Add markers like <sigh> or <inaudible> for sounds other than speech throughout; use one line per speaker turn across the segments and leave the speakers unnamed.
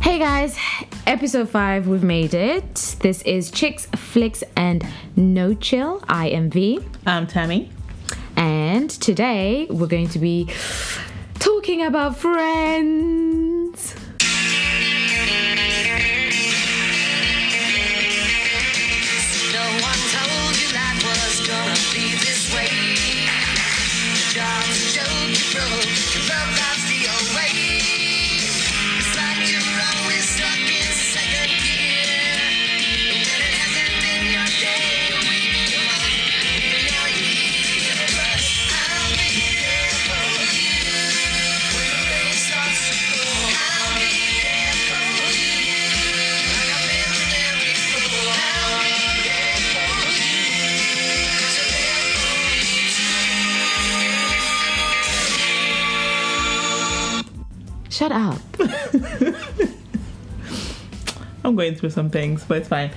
Hey guys, episode 5, we've made it. This is Chicks, Flicks, and No Chill. I am V.
I'm Um, Tammy.
And today we're going to be talking about friends.
No one told you life was gonna be this way. The job's a joke you broke, and love life's the old way. It's like you're always stuck in second gear. And when it hasn't been your day, your week, your month, even your year. But I'll be there for you. When the rain starts oh, to pour, I'll be there for you. Like I've been there before, I'll be there for you. 'Cause I'm there for you
Shut
<laughs>
up.
I'm going through some things, but it's fine.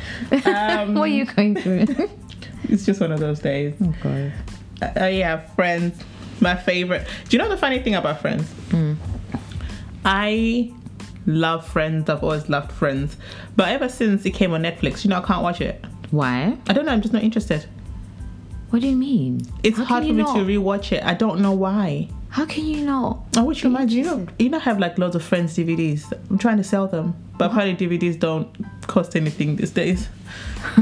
Um,
What are you going through?
it's just one of those days.
oh god.
Uh, uh, yeah, Friends, my favorite. Do you know the funny thing about Friends?
Mm.
I love Friends. I've always loved Friends, but ever since it came on Netflix, you know, I can't watch it.
Why?
I don't know. I'm just not interested.
What do you mean?
It's
How
hard
can
for
you
me
not?
to rewatch it. I don't know why.
How can you not?
Oh, which reminds you, know, you know, I have like loads of Friends DVDs. I'm trying to sell them, but apparently DVDs don't cost anything these days. <laughs>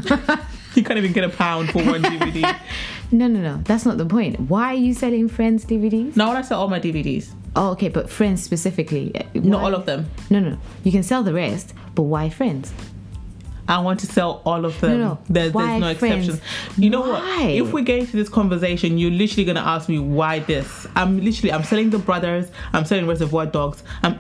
you can't even get a pound for
<laughs>
one DVD.
No, no, no. That's not the point. Why are you selling Friends DVDs?
Now, when I sell all my DVDs,
Oh, okay, but Friends specifically. uh,
not
why-
all of them.
No, no. You can sell the rest, but why Friends?
I want to sell all of them.
No, no.
There's,
Why
there's no
Friends?
exceptions. You know
Why?
what? If we get into this conversation, you're literally gonna ask me why this. I'm literally I'm selling the brothers. I'm selling Reservoir Dogs. I'm.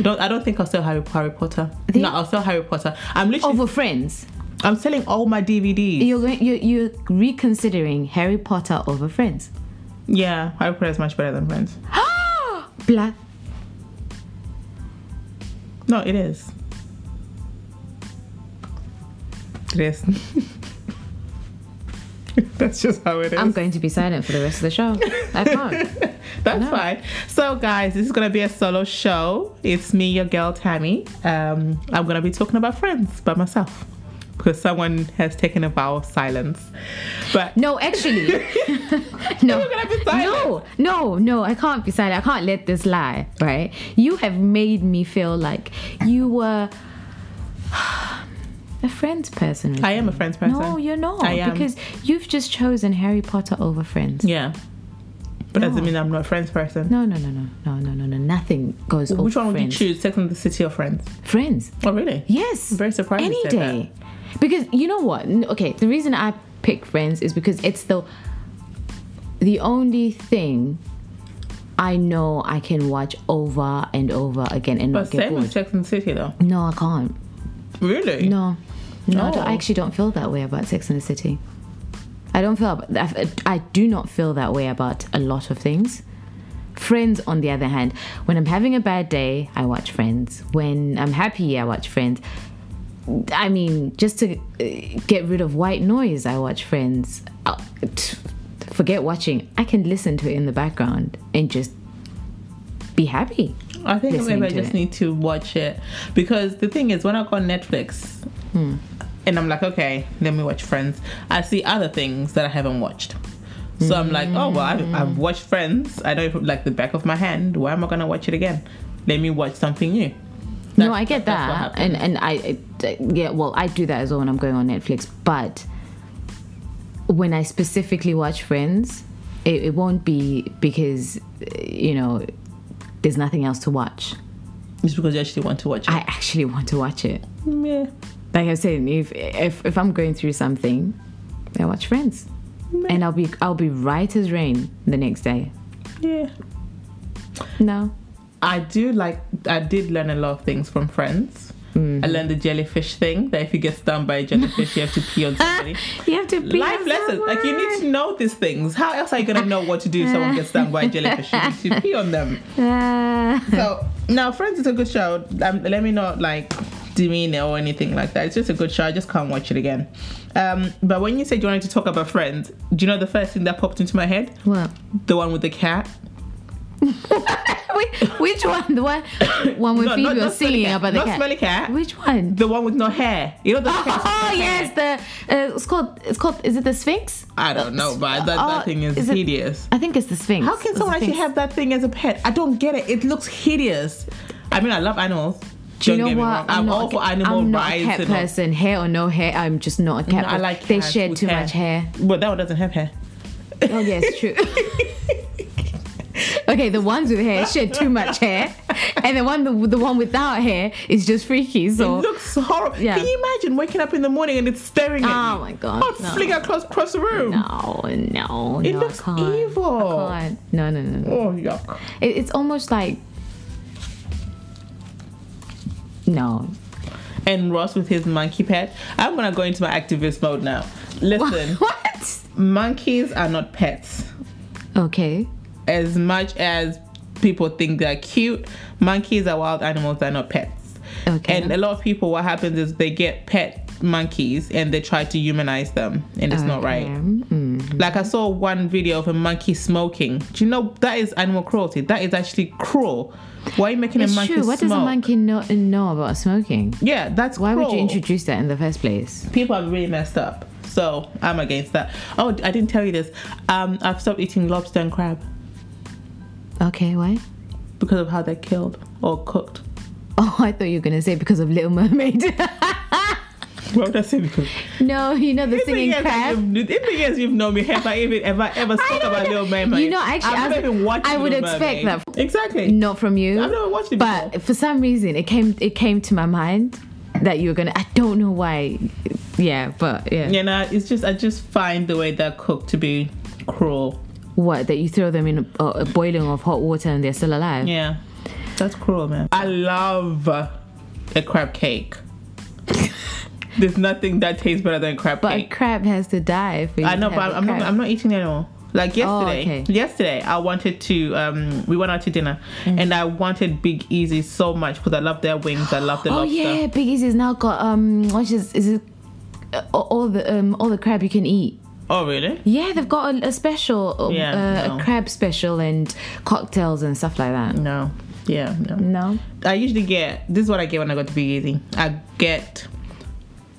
Don't, I don't think I'll sell Harry, Harry Potter.
They-
no, I'll sell Harry Potter. I'm literally
Over Friends.
I'm selling all my DVDs.
You're going. You're, you're reconsidering Harry Potter over Friends.
Yeah, Harry Potter is much better than Friends.
Black.
No, it is. It is. <laughs> That's just how it is.
I'm going to be silent for the rest of the show. I can't.
That's
No.
fine. So, guys, this is gonna be a solo show. It's me, your girl Tammy. Um, I'm gonna be talking about friends by myself because someone has taken a vow of silence.
<laughs>
But
No, actually. no.
You're gonna be silent.
No, no, no. I can't be silent. I can't let this lie, right? You have made me feel like you were <sighs> a friends person.
I am a friends person.
No, you're not.
I am.
Because you've just chosen Harry Potter over friends.
yeah, but
No.
doesn't mean I'm not a friends person.
No, no, no, no, no, no, no, no. Nothing goes over
Which one would you
friends.
choose? Sex and the City or Friends?
Friends.
Oh, really?
Yes.
I'm very surprised you
Any
said
day. Because you know what? N- Okay, the reason I pick friends is because it's the the only thing I know I can watch over and over again and
But
not get
same
bored.
with Sex and the City, though.
no, I can't.
Really?
No. No, I,
No.
don't- I actually don't feel that way about Sex and the City. I don't feel ab- I, I do not feel that way about a lot of things. Friends, on the other hand, when I'm having a bad day, I watch Friends. When I'm happy, I watch Friends. I mean, just to uh, get rid of white noise, I watch Friends. Uh, t- forget watching. I can listen to it in the background and just be happy.
I think
listening
maybe I
to
just
it.
need to watch it because the thing is, when I go on Netflix
Hmm.
and I'm like, okay, let me watch Friends, I see other things that I haven't watched. So I'm like, oh well, I've,
Mm.
I've watched Friends. I know it from, like the back of my hand. Why am I gonna watch it again? Let me watch something new.
no, I get
that's what
that, and and I, I- yeah, well, I do that as well when I'm going on Netflix. But when I specifically watch Friends, it, it won't be because uh, you know there's nothing else to watch.
Just because you actually want to watch it. Mm,
I actually <laughs> want to watch it.
yeah.
Like I was saying, if if if I'm going through something, I watch Friends, and I'll be I'll be right as rain the next day.
yeah.
No,
I do like I did learn a lot of things from friends.
Mm-hmm.
I learned the jellyfish thing that if you get stung by a jellyfish you have to pee on
<laughs>
somebody.
you have to be
Life lessons. Like you need to know these things. How else are you gonna know what to do if someone gets stung by a jellyfish? You need to pee
<laughs>
on them. So now Friends is a good show. Um, let me not like demean it or anything like that. It's just a good show. I just can't watch it again. Um, but when you said you wanted to talk about Friends, do you know the first thing that popped into my head?
what?
The one with the cat.
<laughs> Wait, Which one? The one <coughs> one with
No,
Phoebe
not- not
was singing
Smelly Cat.
about the
Not
cat.
Smelly Cat.
Which one?
The one with no hair. You know the cat with
<laughs> Oh
no hair?
yes, the uh, it's called it's called is it the Sphinx?
I don't know, but that,
Oh,
that thing is,
is it-
hideous.
I think it's the Sphinx.
How can
It's
someone
the
actually
Sphinx.
have that thing as a pet? I don't get it. It looks hideous. I mean, I love animals.
Do you
don't
know
get me
what?
wrong. I'm,
not
all
a
for
ca-
animal
I'm not a
rights.
cat
and all-
person. Hair or no hair, I'm just not a cat.
No, I
person.
like
they
cats
shed
with
too much hair.
But that one doesn't have hair.
Oh
<laughs>
yes, true. okay, the ones with hair shed too much hair, and the one the, the one without hair is just freaky. So
It looks horrible.
Oh. Yeah.
Can you imagine waking up in the morning and it's staring at
Oh
you?
my God,
I'll
no.
fling across, across the room.
no, no,
It
no,
looks
I can't.
evil.
I can't. No, no, no, no.
Oh, yuck.
It, it's almost like no.
And Ross with his monkey pet. I'm going to go into my activist mode now. Listen,
<laughs> What?
monkeys are not pets.
Okay.
as much as people think they're cute, monkeys are wild animals, they're not pets.
Okay.
And a lot of people, what happens is they get pet monkeys and they try to humanize them, and it's not right.
Mm-hmm.
Like, I saw one video of a monkey smoking. Do you know that is animal cruelty? That is actually cruel. Why are you making a
It's
monkey
true. Mm. What
smoke?
does a monkey know, know about smoking?
Yeah, that's
Why
cruel.
would you introduce that in the first place?
people are really messed up. So I'm against that. Oh, I didn't tell you this. Um, I've stopped eating lobster and crab
Okay, why? <laughs>
because of how they're killed or cooked.
Oh, I thought you were gonna say because of Little Mermaid. <laughs>
Well, that's it. Because
no, you know the
It's been
singing
years that
crab.
you've- It's been years you've known me. Have I even ever ever
I
spoke
don't
about
know.
Little Mermaid?
You know, actually,
I've
I
never
was-
even watched
I would
Little
expect
Mermaid.
that.
Exactly.
Not from you.
I've never watched it
But
before.
for some reason, it came it came to my mind that you were gonna. I don't know why. Yeah, but yeah.
You know, it's just I just find the way they're cooked to be cruel.
What that you throw them in a, a boiling of hot water and they're still alive?
Yeah, that's cruel, man. I love a
<laughs>
crab cake. There's nothing that tastes better than crab
But a
cake.
crab has to die for you.
I
to
know,
have
but
a
I'm not,
crab.
I'm not eating it anymore. Like yesterday,
Oh, okay.
yesterday I wanted to. Um, we went out to dinner,
Mm.
and I wanted Big Easy so much because I love their wings. I love
<gasps>
the
Oh
lobster.
yeah, Big Easy's now got um, what is is it? Uh, all the um, all the crab you can eat.
Oh really?
Yeah, they've got a, a special, um,
Yeah,
uh,
no.
a crab special and cocktails and stuff like that.
No. Yeah, no.
No,
I usually get this is what I get when I go to Big Easy. I get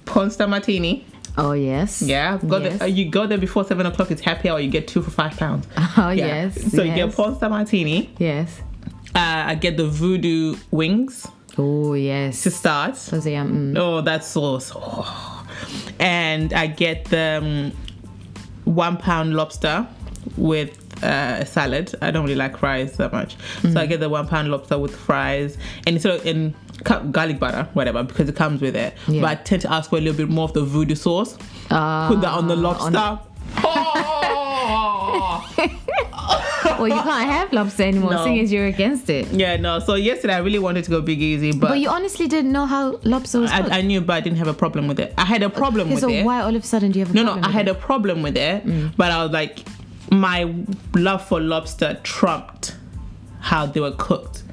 Ponsta Martini.
oh yes,
Yeah. I've Got
yes. <laughs>
the, uh, you go there before seven o'clock, it's happy hour, you get two for five pounds.
Oh, yes,
So you
yes.
get Ponsta Martini.
yes.
Uh, I get the voodoo wings
Oh yes.
to start.
Those are yum. Mm.
Oh, that sauce. Oh. And I get the um, one pound lobster with uh, a salad. I don't really like fries that much. So
Mm-hmm.
I get the one pound lobster with fries and sort of in cu- garlic butter, whatever, because it comes with it.
Yeah.
But I tend to ask for a little bit more of the voodoo sauce.
Ah,
Put that on the
on-
lobster. Oh!
Well, you can't have lobster anymore,
<laughs> No.
seeing as you're against it.
yeah, no. So yesterday I really wanted to go Big Easy, but,
But you honestly didn't know how lobster was cooked.
I, I knew, but I didn't have a problem with it. I had a problem
Okay,
with
so
it.
why all of a sudden do you have a
No, no,
problem
I
with
had
it?
a problem with it, but I was like, my love for lobster trumped how they were cooked.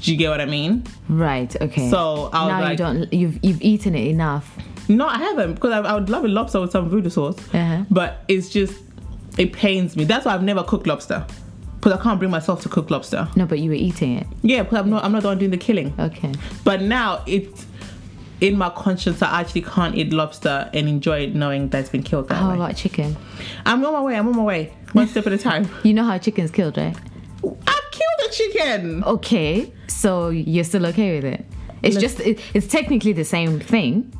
Do you get what I mean?
right. Okay.
So I was
now you
like,
don't. You've you've eaten it enough.
no, I haven't because I, I would love a lobster with some voodoo sauce,
Uh-huh.
but it's just it pains me. That's why I've never cooked lobster because I can't bring myself to cook lobster.
No, but you were eating it.
Yeah, because I'm not, I'm not the one doing the killing.
Okay.
But now it's in my conscience. I actually can't eat lobster and enjoy it knowing that it's been killed that
How
way.
about chicken?
I'm on my way. I'm on my way. One step at a time.
You know how chicken's killed, right?
I've killed a chicken.
Okay, so you're still okay with it? It's just it, it's technically the same thing.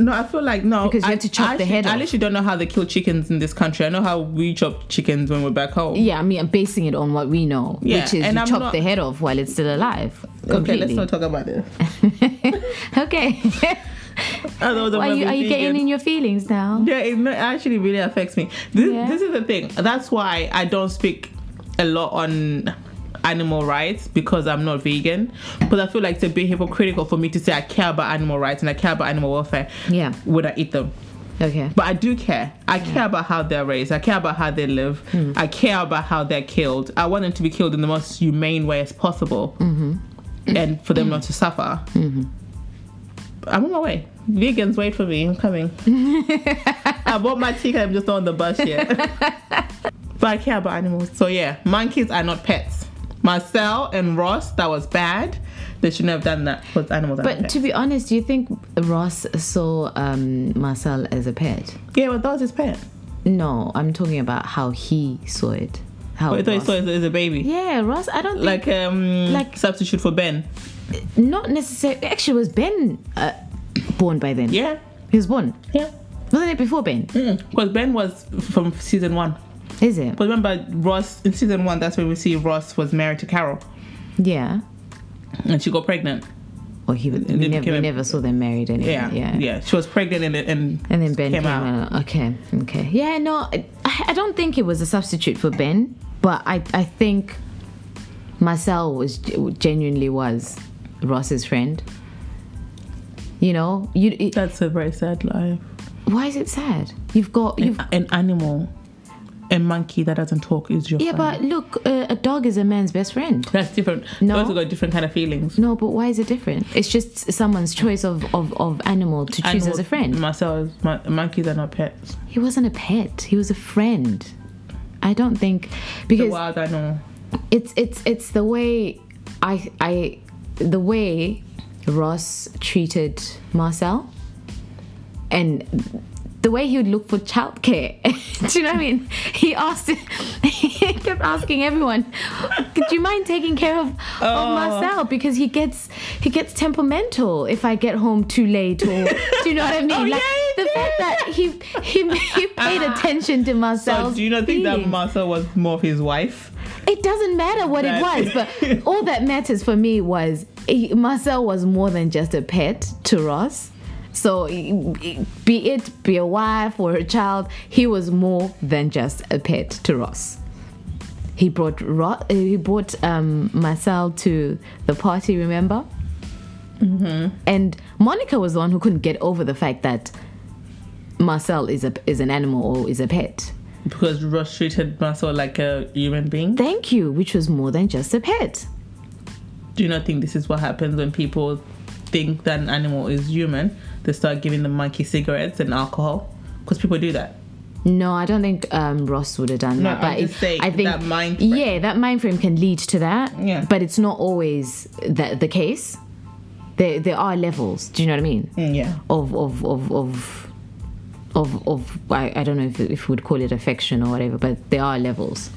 No, I feel like no.
Because you
I,
have to chop
I
the
actually-
head
I
off.
literally don't know how they kill chickens in this country. I know how we chop chickens when we're back home.
Yeah, I mean, I'm basing it on what we know,
Yeah,
which is
and
you
I'm
chop
not-
the head off while it's still alive.
Okay,
Completely. <laughs>
let's not talk about this. <laughs>
okay.
Otherwise, I'm
are you
gonna
are
be
you getting
vegan.
in your feelings now?
Yeah, it ma- actually really affects me. This,
Yeah.
this is the thing. That's why I don't speak a lot on animal rights because I'm not vegan. Because I feel like it's a bit hypocritical for me to say I care about animal rights and I care about animal welfare
Yeah.
when I eat them.
Okay.
But I do care. I care about how they're raised. I care about how they live.
Mm-hmm.
I care about how they're killed. I want them to be killed in the most humane way as possible,
Mm-hmm.
and for them not to suffer. I'm on my way. Vegans, wait for me.
<laughs>
I'm coming. I bought my ticket. I'm
<laughs>
just not on the bus yet. but I care about animals. So yeah, monkeys are not pets. Marcel and Ross, that was bad. They shouldn't have done that because animals are
But
not
to be honest, do you think Ross saw um, Marcel as a pet?
pets. yeah, but that was his pet.
No, I'm talking about how he saw it. How
But I thought Oh, he
Ross-
saw it as a baby.
Yeah, Ross. I don't think
Like um
Like-
like substitute for Ben.
not necessarily. Actually, was Ben uh, born by then?
Yeah. Mm.
he was born.
Yeah.
Wasn't it before Ben?
Because Ben was from season one.
Is it?
But remember Ross in season one that's when we see Ross was married to Carol
Yeah.
and she got pregnant.
Or he we
then
never,
became
we
a-
never saw them married anyway.
Yeah. Yeah. She was pregnant and and,
And then Ben
came, out.
Okay, okay. Yeah, no, I, I don't think it was a substitute for Ben, but I, I think Marcel was genuinely was Ross's friend. You know, you. It,
That's a very sad life.
why is it sad? You've got you've.
An animal, a monkey that doesn't talk is your
Yeah,
friend.
but look, uh, a dog is a man's best friend.
That's different.
No.
Those have got different kind of feelings.
No, but why is it different? It's just someone's choice of, of, of animal to choose as a friend.
Myself, mon- monkeys are not pets.
He wasn't a pet. He was a friend. I don't think
The
because
wild animal.
it's it's it's the way I I the way Ross treated Marcel and the way he would look for childcare. <laughs> Do you know what I mean? He asked <laughs> he kept asking everyone, Could you mind taking care of,
Oh.
of Marcel? Because he gets he gets temperamental if I get home too late or do you know what I mean?
<laughs> Oh,
like
yeah, he Ah.
the fact that he he, he paid attention to Marcel's
So Oh, do you not think that
feelings.
Marcel was more of his wife?
It doesn't matter what it
Right.
was, but all that matters for me was he, Marcel was more than just a pet to Ross. So, eh, be it be a wife or a child, he was more than just a pet to Ross. He brought Ro- uh, he brought um, Marcel to the party. Remember? And Monica was the one who couldn't get over the fact that Marcel is a is an animal or is a pet.
Because Ross treated Marcel like a human being.
Thank you, which was more than just a pet.
Do you not think this is what happens when people think that an animal is human? They start giving the monkey cigarettes and alcohol. Because people do that.
No, I don't think um, Ross would have done
No,
that.
I'm
But
just
it-
saying
I think
that mind frame.
Yeah, that mind frame can lead to that.
Yeah.
But it's not always the, the case. There, there are levels. Do you know what I mean?
Mm, yeah.
Of of of of of of I, I don't know if if we'd call it affection or whatever, but there are levels.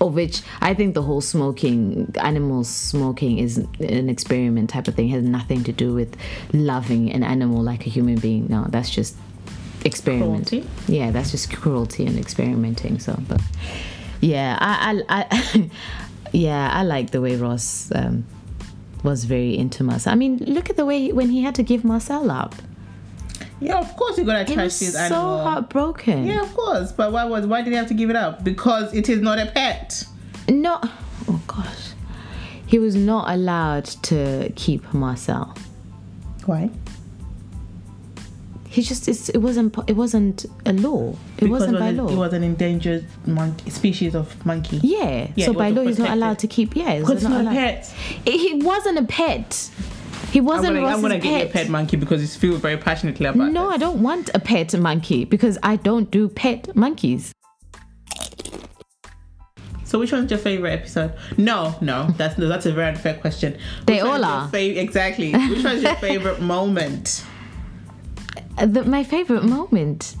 Of which I think the whole smoking, animals smoking is an experiment type of thing, has nothing to do with loving an animal like a human being. No, that's just experiment.
Cruelty?
Yeah, that's just cruelty and experimenting. So, but yeah, I, I, I <laughs> yeah, I like the way Ross um, was very into Marcel. I mean, look at the way when he had to give Marcel up.
Yeah, of course you're gonna
He was
trash this
so
animal.
heartbroken.
Yeah, of course. But why was why did he have to give it up? Because it is not a pet.
No, oh gosh, he was not allowed to keep Marcel.
Why?
He just it's, it wasn't po- it wasn't a law. It
Because
wasn't by
it,
law.
it was an endangered monkey, species of monkey.
yeah.
Yeah,
so
it
by
wasn't
law he's not
protected.
allowed to keep. Yeah, it was
Because it's not a
allowed.
pet.
It- he wasn't a pet. He wasn't
I'm gonna, I'm
Ross's
gonna get you a pet monkey because you feel very passionately about
No, I don't want a pet monkey because I don't do pet monkeys.
it. So which one's your favorite episode? No, no, that's no, that's a very unfair question.
They
Which one
all
is your
are.
fav- exactly. Which one's
<laughs>
your favorite moment?
Uh, The, my favorite moment.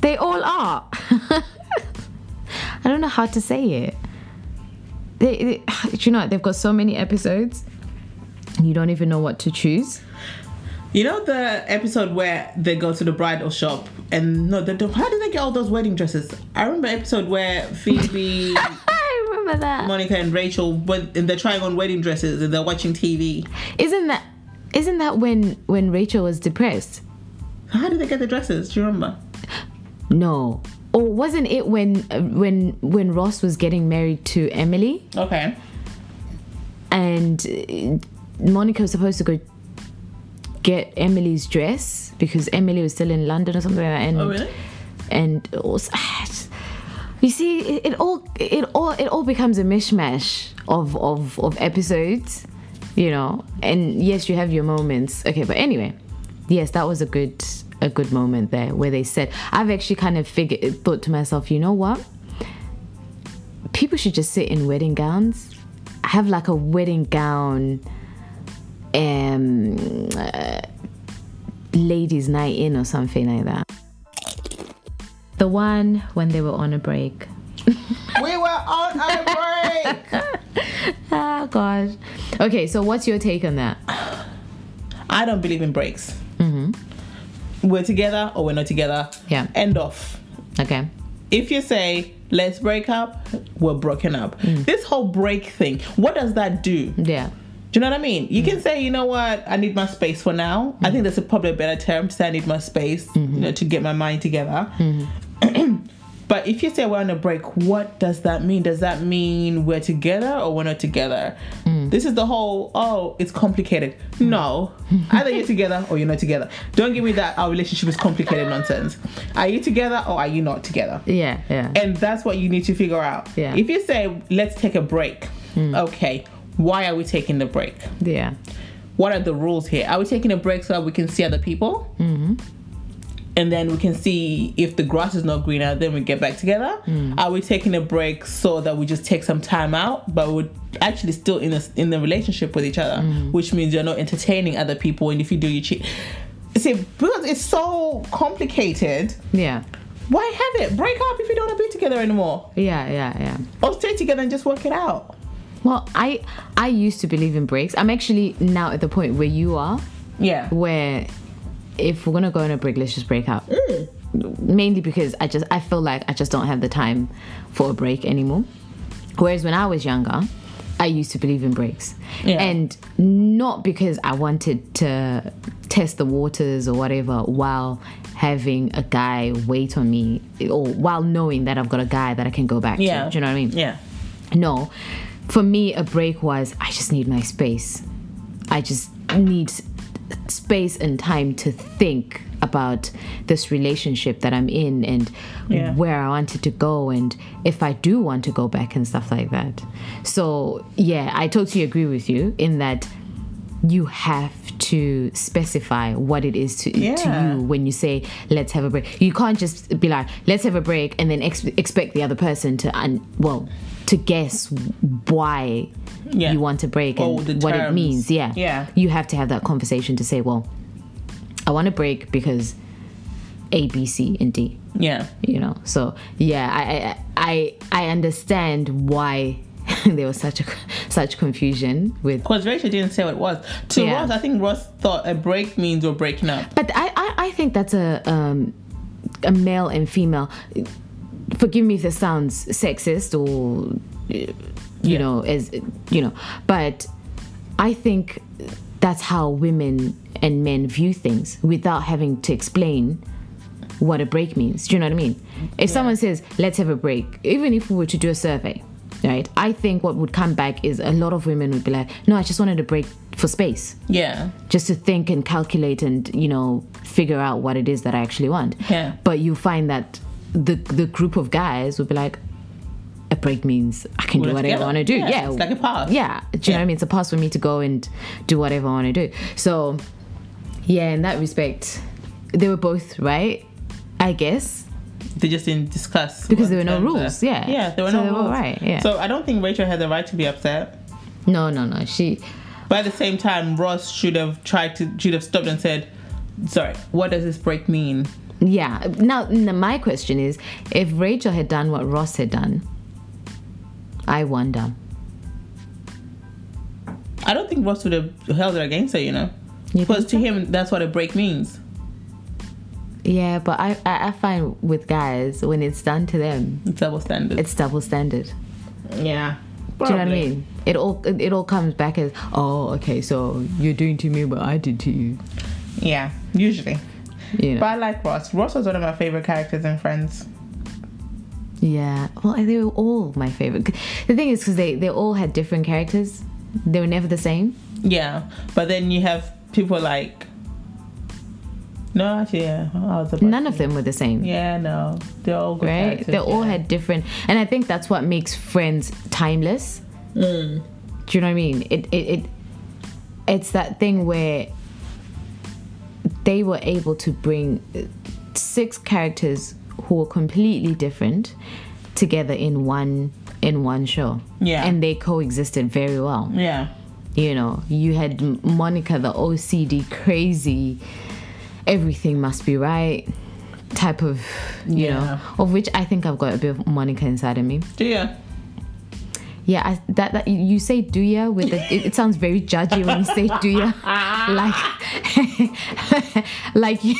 They all are. <laughs> I don't know how to say it. They, they, <sighs> do you know what? they've got so many episodes. You don't even know what to choose.
You know the episode where they go to the bridal shop and no, they don't. How did they get all those wedding dresses? I remember episode where
<laughs>
Phoebe.
<laughs> I remember that.
Monica and Rachel, but and they're trying on wedding dresses and they're watching TV.
Isn't that isn't that when when Rachel was depressed?
How did they get the dresses? Do you remember?
No. Or wasn't it when uh, when when Ross was getting married to Emily
Okay.
and uh, Monica was supposed to go get Emily's dress because Emily was still in London or something like that and
Oh really?
and also, <sighs> you see it, it all it all it all becomes a mishmash of of of episodes you know and yes you have your moments okay but anyway yes that was a good a good moment there where they said i've actually kind of figured thought to myself you know what people should just sit in wedding gowns. Have like a wedding gown, um, uh, ladies' night in or something like that. The one when they were on a break.
<laughs> We were on a
<laughs>
break.
Ah, gosh. Okay, so what's your take on that?
I don't believe in breaks. We're together or we're not together.
Mm-hmm. Yeah.
End off.
Okay.
If you say let's break up, we're broken up. This whole break thing, what does that do?
Yeah.
Do you know what I mean? You can say, you know what, I need my space for now. I think that's a, probably a better term to say I need my space, you know, to get my mind together. <clears throat> but if you say we're on a break, what does that mean? Does that mean we're together or we're not together? This is the whole, oh, it's complicated. No. Either you're together or you're not together. Don't give me that our relationship is complicated nonsense. Are you together or are you not together?
Yeah. Yeah.
And that's what you need to figure out.
Yeah.
If you say, let's take a break, okay, why are we taking the break?
yeah.
What are the rules here? Are we taking a break so that we can see other people? Mm-hmm. And then we can see if the grass is not greener, then we get back together. Are we taking a break so that we just take some time out, but we're actually still in a, in the relationship with each other, which means you're not entertaining other people, and if you do, you cheat. See, because it's so complicated,
Yeah.
why have it? Break up if you don't want to be together anymore
Yeah. Yeah. Yeah.
or stay together and just work it out.
Well, I I used to believe in breaks. I'm actually now at the point where you are,
Yeah.
where if we're gonna go on a break, let's just break up. Mainly because I just I feel like I just don't have the time for a break anymore. Whereas when I was younger, I used to believe in breaks,
Yeah.
and not because I wanted to test the waters or whatever while having a guy wait on me or while knowing that I've got a guy that I can go back
Yeah.
to. Do you know what I mean?
Yeah.
No. For me, a break was I just need my space. I just need s- space and time to think about this relationship that I'm in and
Yeah.
where I wanted to go and if I do want to go back and stuff like that. So, yeah, I totally agree with you in that you have to specify what it is to,
Yeah.
to you when you say let's have a break you can't just be like let's have a break and then ex- expect the other person to un- well to guess why
Yeah.
you want a break and
Oh, the
what it
terms.
means yeah
Yeah.
you have to have that conversation to say well i want a break because a b c and d
Yeah.
you know so yeah i i i, I understand why <laughs> there was such a such confusion with
Because Rachel didn't say what it was. To
Yeah.
Ross, I think Ross thought a break means we're breaking up.
But I, I, I think that's a um, a male and female. Forgive me if this sounds sexist or uh, you
Yeah.
know as you know, but I think that's how women and men view things without having to explain what a break means. Do you know what I mean? If someone says, let's have a break, even if we were to do a survey, right? I think what would come back is a lot of women would be like, no, I just wanted a break for space
Yeah.
just to think and calculate and you know figure out what it is that I actually want.
Yeah.
But you find that the the group of guys will be like, a break means I can do
We're
whatever I
together.
want to do.
Yeah,
Yeah,
it's like a pass.
Yeah, do you know what I mean? It's a pass for me to go and do whatever I want to do. So, yeah, in that respect, they were both right, I guess.
They just didn't discuss.
Because
what
there were no
terms
rules,
are.
yeah.
Yeah, there were
So
no
they were
rules.
right, yeah.
So I don't think Rachel had the right to be upset.
No, no, no. She,
But at the same time, Ross should have tried to, should have stopped and said, sorry, what does this break mean?
yeah. Now, n- my question is, if Rachel had done what Ross had done, I wonder.
I don't think Ross would have held it against her, you know?
You
Because to him, that's what a break means.
Yeah, but I, I, I find with guys when it's done to them,
It's double standards.
it's double standard.
yeah.
Do you know what I
Probably.
mean? It all it all comes back as oh okay, so you're doing to me what I did to you.
Yeah, usually.
You know.
But I like Ross. Ross was one of my favorite characters in Friends.
yeah. Well, they were all my favorite. The thing is, because they they all had different characters, they were never the same.
Yeah, but then you have people like. No, actually, yeah, I was about
None of them were the same.
Yeah, no, they're all good
right?
characters.
They all
yeah.
had different, and I think that's what makes Friends timeless.
Mm.
Do you know what I mean? It, it it it's that thing where they were able to bring uh, six characters who were completely different together in one in one show.
Yeah.
And they coexisted very well.
Yeah.
You know, you had M- Monica, the OCD, crazy, everything must be right type of, you
Yeah.
know, of which I think I've got a bit of Monica inside of me.
Do you?
Yeah, I, that, that you say duya with the, it, it sounds very judgy when you say duya, like <laughs> like you-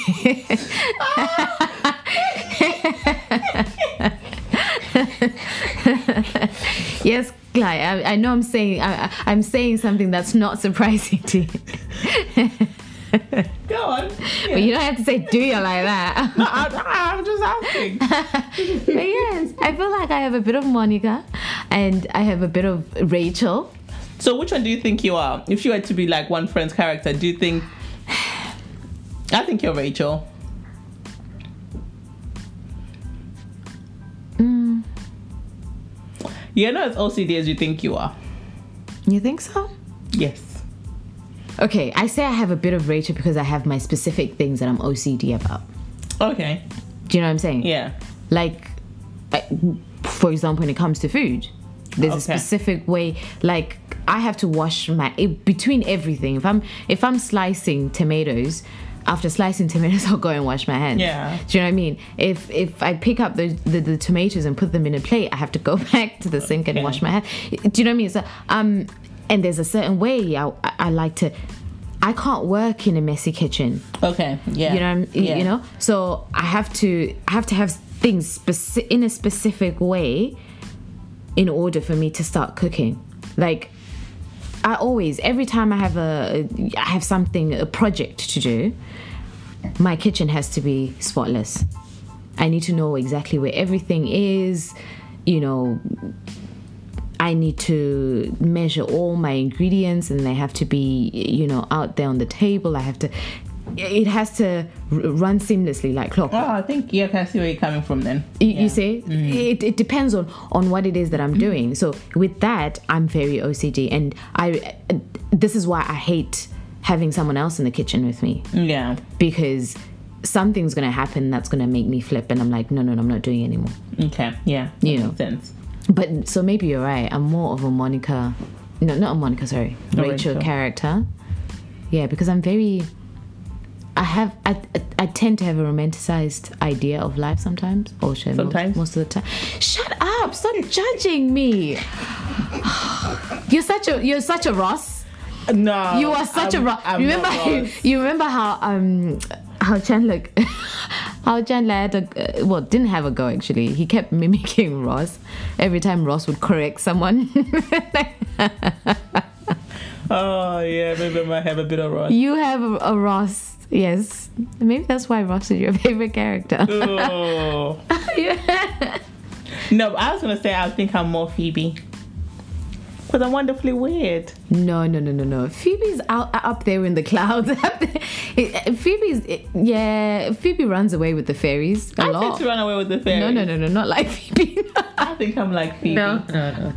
yes, Clyde. I, I know I'm saying I, I- I'm saying something that's not surprising to you, <laughs>
Go on. <laughs> Yeah.
but you don't have to say duya like that. <laughs>
No, I, I'm just asking.
but yes, I feel like I have a bit of Monica, and I have a bit of Rachel.
So, which one do you think you are? If you were to be like one friend's character, do you think? <sighs> I think you're Rachel.
Hmm.
You're not as OCD as you think you are.
You think so?
Yes.
Okay, I say I have a bit of Rachel because I have my specific things that I'm OCD about.
Okay.
Do you know what I'm saying?
Yeah.
Like, I, for example, when it comes to food, there's a
Okay.
specific way. Like, I have to wash my i- between everything. If I'm if I'm slicing tomatoes, after slicing <laughs> tomatoes, I'll go and wash my hands.
Yeah.
Do you know what I mean? If if I pick up those the, the tomatoes and put them in a plate, I have to go <laughs> back to the sink and
Okay.
wash my hands. Do you know what I mean? So um, and there's a certain way I I I like to. I can't work in a messy kitchen
Okay. Yeah.
you know I'm- you-
Yeah.
you know so i have to i have to have things speci- in a specific way in order for me to start cooking like i always every time i have a i have something a project to do my kitchen has to be spotless i need to know exactly where everything is you know I need to measure all my ingredients and they have to be, you know, out there on the table. I have to, it has to r- run seamlessly like clockwork.
Oh, I think yeah. I see where you're coming from then.
You, you see, it, it depends on on what it is that I'm doing. So with that, I'm very OCD, and I this is why I hate having someone else in the kitchen with me
Yeah.
because something's gonna happen that's gonna make me flip, and I'm like, no, no, no I'm not doing it anymore.
Okay. Yeah. That
You know.
makes sense.
But so maybe you're right. I'm more of a Monica, no, not a Monica, sorry,
A
Rachel,
Rachel.
character. Yeah, because I'm very. I have I, I, I tend to have a romanticized idea of life sometimes. Or should I-
Sometimes?
most, most of the time. Shut up! Stop judging me. <sighs> you're such a you're such a Ross.
No.
You are such
I'm-
a Ross.
I'm
remember <laughs>
not Ross.
you remember how um how Chandler <laughs> how Chandler had a uh, well didn't have a go actually. He kept mimicking Ross every time Ross would correct someone. <laughs>
Oh yeah. Maybe I might have a bit of Ross.
you have a, a Ross. Yes, maybe that's why Ross is your <laughs> favorite character.
<laughs>
<laughs>
Oh. No, I was gonna say I think I'm more Phoebe. Cause I'm wonderfully weird.
No, no, no, no, no. Phoebe's out up there in the clouds. <laughs> Up there. Phoebe's yeah. Phoebe runs away with the fairies a
I
lot.
tend to run away with the fairy.
No, no, no, no, not like <laughs> Phoebe.
I think I'm like Phoebe.
No.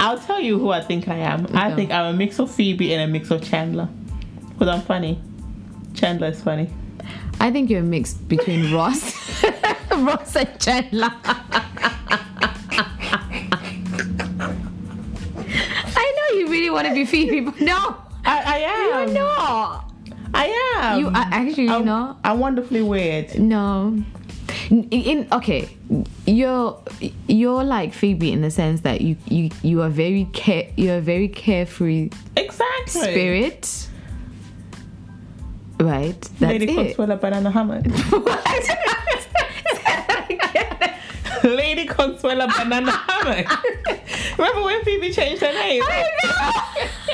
I'll tell you who I think I am. I
Go.
think I'm a mix of Phoebe and a mix of Chandler. Cause I'm funny. Chandler is funny.
I think you're a mix between Ross, Ross and Chandler. I know you really want to be Phoebe, but no,
I, I am.
you're not.
I am.
You are actually
I'm,
not.
I'm wonderfully weird.
No. In, in okay, you're you're like Phoebe in the sense that you you you are very care you're a very carefree
Exactly.
spirit. Right. That's
Lady
it. <laughs>
<laughs> Consuela Banana Hammock. Lady Consuela Banana Hammock.
<laughs>
Remember when Phoebe changed her name?
<laughs>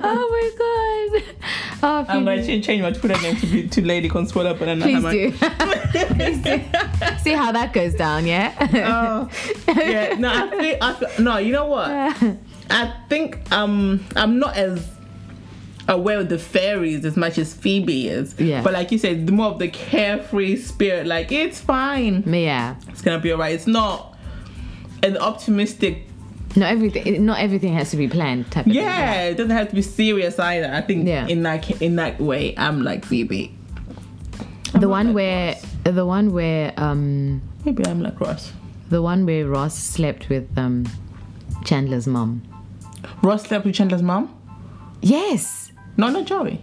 oh my god. Oh,
I'm
Phoebe.
gonna change, change my Twitter name to be to Lady Consuela Banana
Please
Hammock. <laughs>
do. <laughs> Please do. See how that goes down, yeah? <laughs>
Oh, yeah. No, I think I, feel- no. You know what? I think um I'm not as aware of the fairies as much as Phoebe is.
Yeah.
But like you said, the more of the carefree spirit. Like it's fine.
yeah.
It's gonna be alright. It's not an optimistic.
Not everything not everything has to be planned type of thing.
Yeah, it doesn't have to be serious either. I think
Yeah.
in that in that way, I'm like Phoebe.
the one where the one where um,
Maybe I'm like Ross.
the one where Ross slept with um, Chandler's mom.
Ross slept with Chandler's mom?
Yes.
No, not Joey.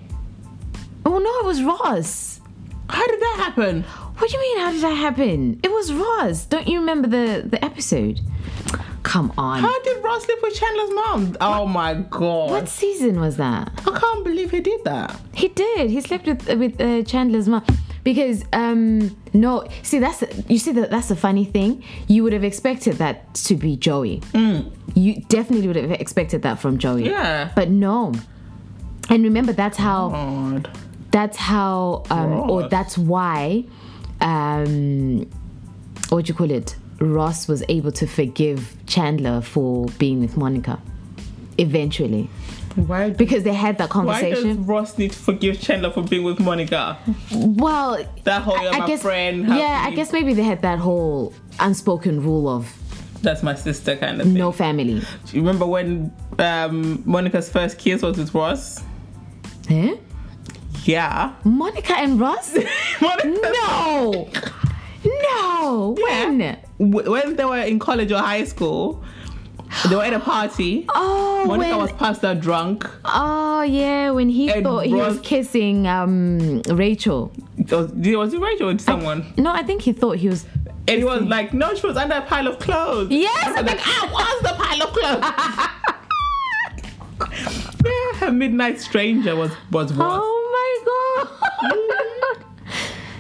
Oh no, it was Ross.
How did that happen?
What do you mean? How did that happen? It was Ross. Don't you remember the the episode? Come on.
How did Ross sleep with Chandler's mom? Oh my god.
What season was that?
I can't believe he did that.
He did. He slept with with uh, Chandler's mom because um no see that's you see that that's a funny thing you would have expected that to be Joey you definitely would have expected that from Joey
Mm. Yeah.
but no and remember that's how
God.
that's how um, or
Ross.
that's why um, what do you call it ross was able to forgive chandler for being with monica eventually
Why
because they had that
why does
conversation
Ross need to forgive Chandler for being with Monica?
well
That whole
I,
you're
I
my
guess
friend. how
yeah
can
i
you-
guess maybe they had that whole unspoken rule of
that's my sister kind of thing.
no family
You remember when um, Monica's first kiss was with Ross?
huh?
Yeah.
monica and ross
<laughs> Monica-
no no when
W- When they were in college or high school, they were at a <gasps> party.
oh
Monica
when
was passed out drunk.
Oh yeah, when he
And
thought he was
Ross-
kissing um Rachel.
It Was, it was it Rachel or someone?
No, I think he thought he was.
and he was like, no, she was under a pile of clothes.
Yes,
I was
I'm
like,
like- "Ah,
I was the pile of clothes. <laughs> yeah, her midnight stranger was was Ross.
<laughs> Oh my god.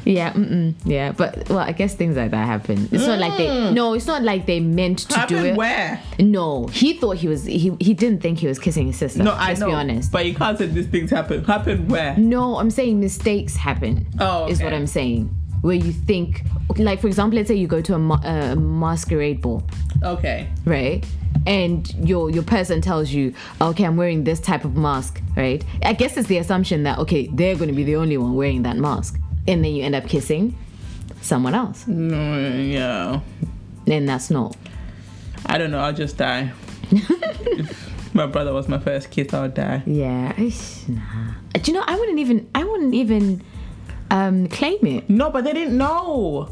yeah, mm-mm, yeah, but well, I guess things like that happen. It's not like they. No, it's not like they meant to do
Mm. Happened
it.
where?
No, he thought he was. He he didn't think he was kissing his sister.
No, I
let's
know.
be honest.
But you can't say these things happen. Happened where?
No, I'm saying mistakes happen.
Oh,
is
okay.
what I'm saying. Where you think, like for example, let's say you go to a ma- uh, masquerade ball.
Okay.
right? And your your person tells you, okay, I'm wearing this type of mask, right? I guess it's the assumption that okay, they're going to be the only one wearing that mask, and then you end up kissing someone else,
Mm, yeah.
and that's not.
I don't know. I'll
<laughs>
just die. if my brother was my first kiss, I would die.
Yeah, ish, nah. Do you know? I wouldn't even. I wouldn't even um, claim it.
No, but they didn't know.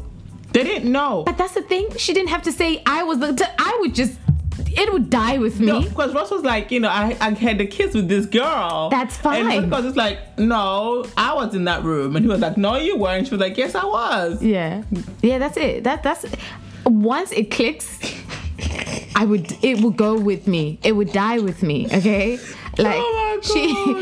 They didn't know.
But that's the thing. She didn't have to say I was the. t- I would just. It would die with me.
No, because Ross was like, you know, I, I had a kiss with this girl.
That's fine.
And because it's like, no, I was in that room, and he was like, no, you weren't. She was like, yes, I was.
Yeah. Yeah, that's it. That that's once it clicks I would it would go with me. It would die with me, okay? Like
<laughs> Oh my God.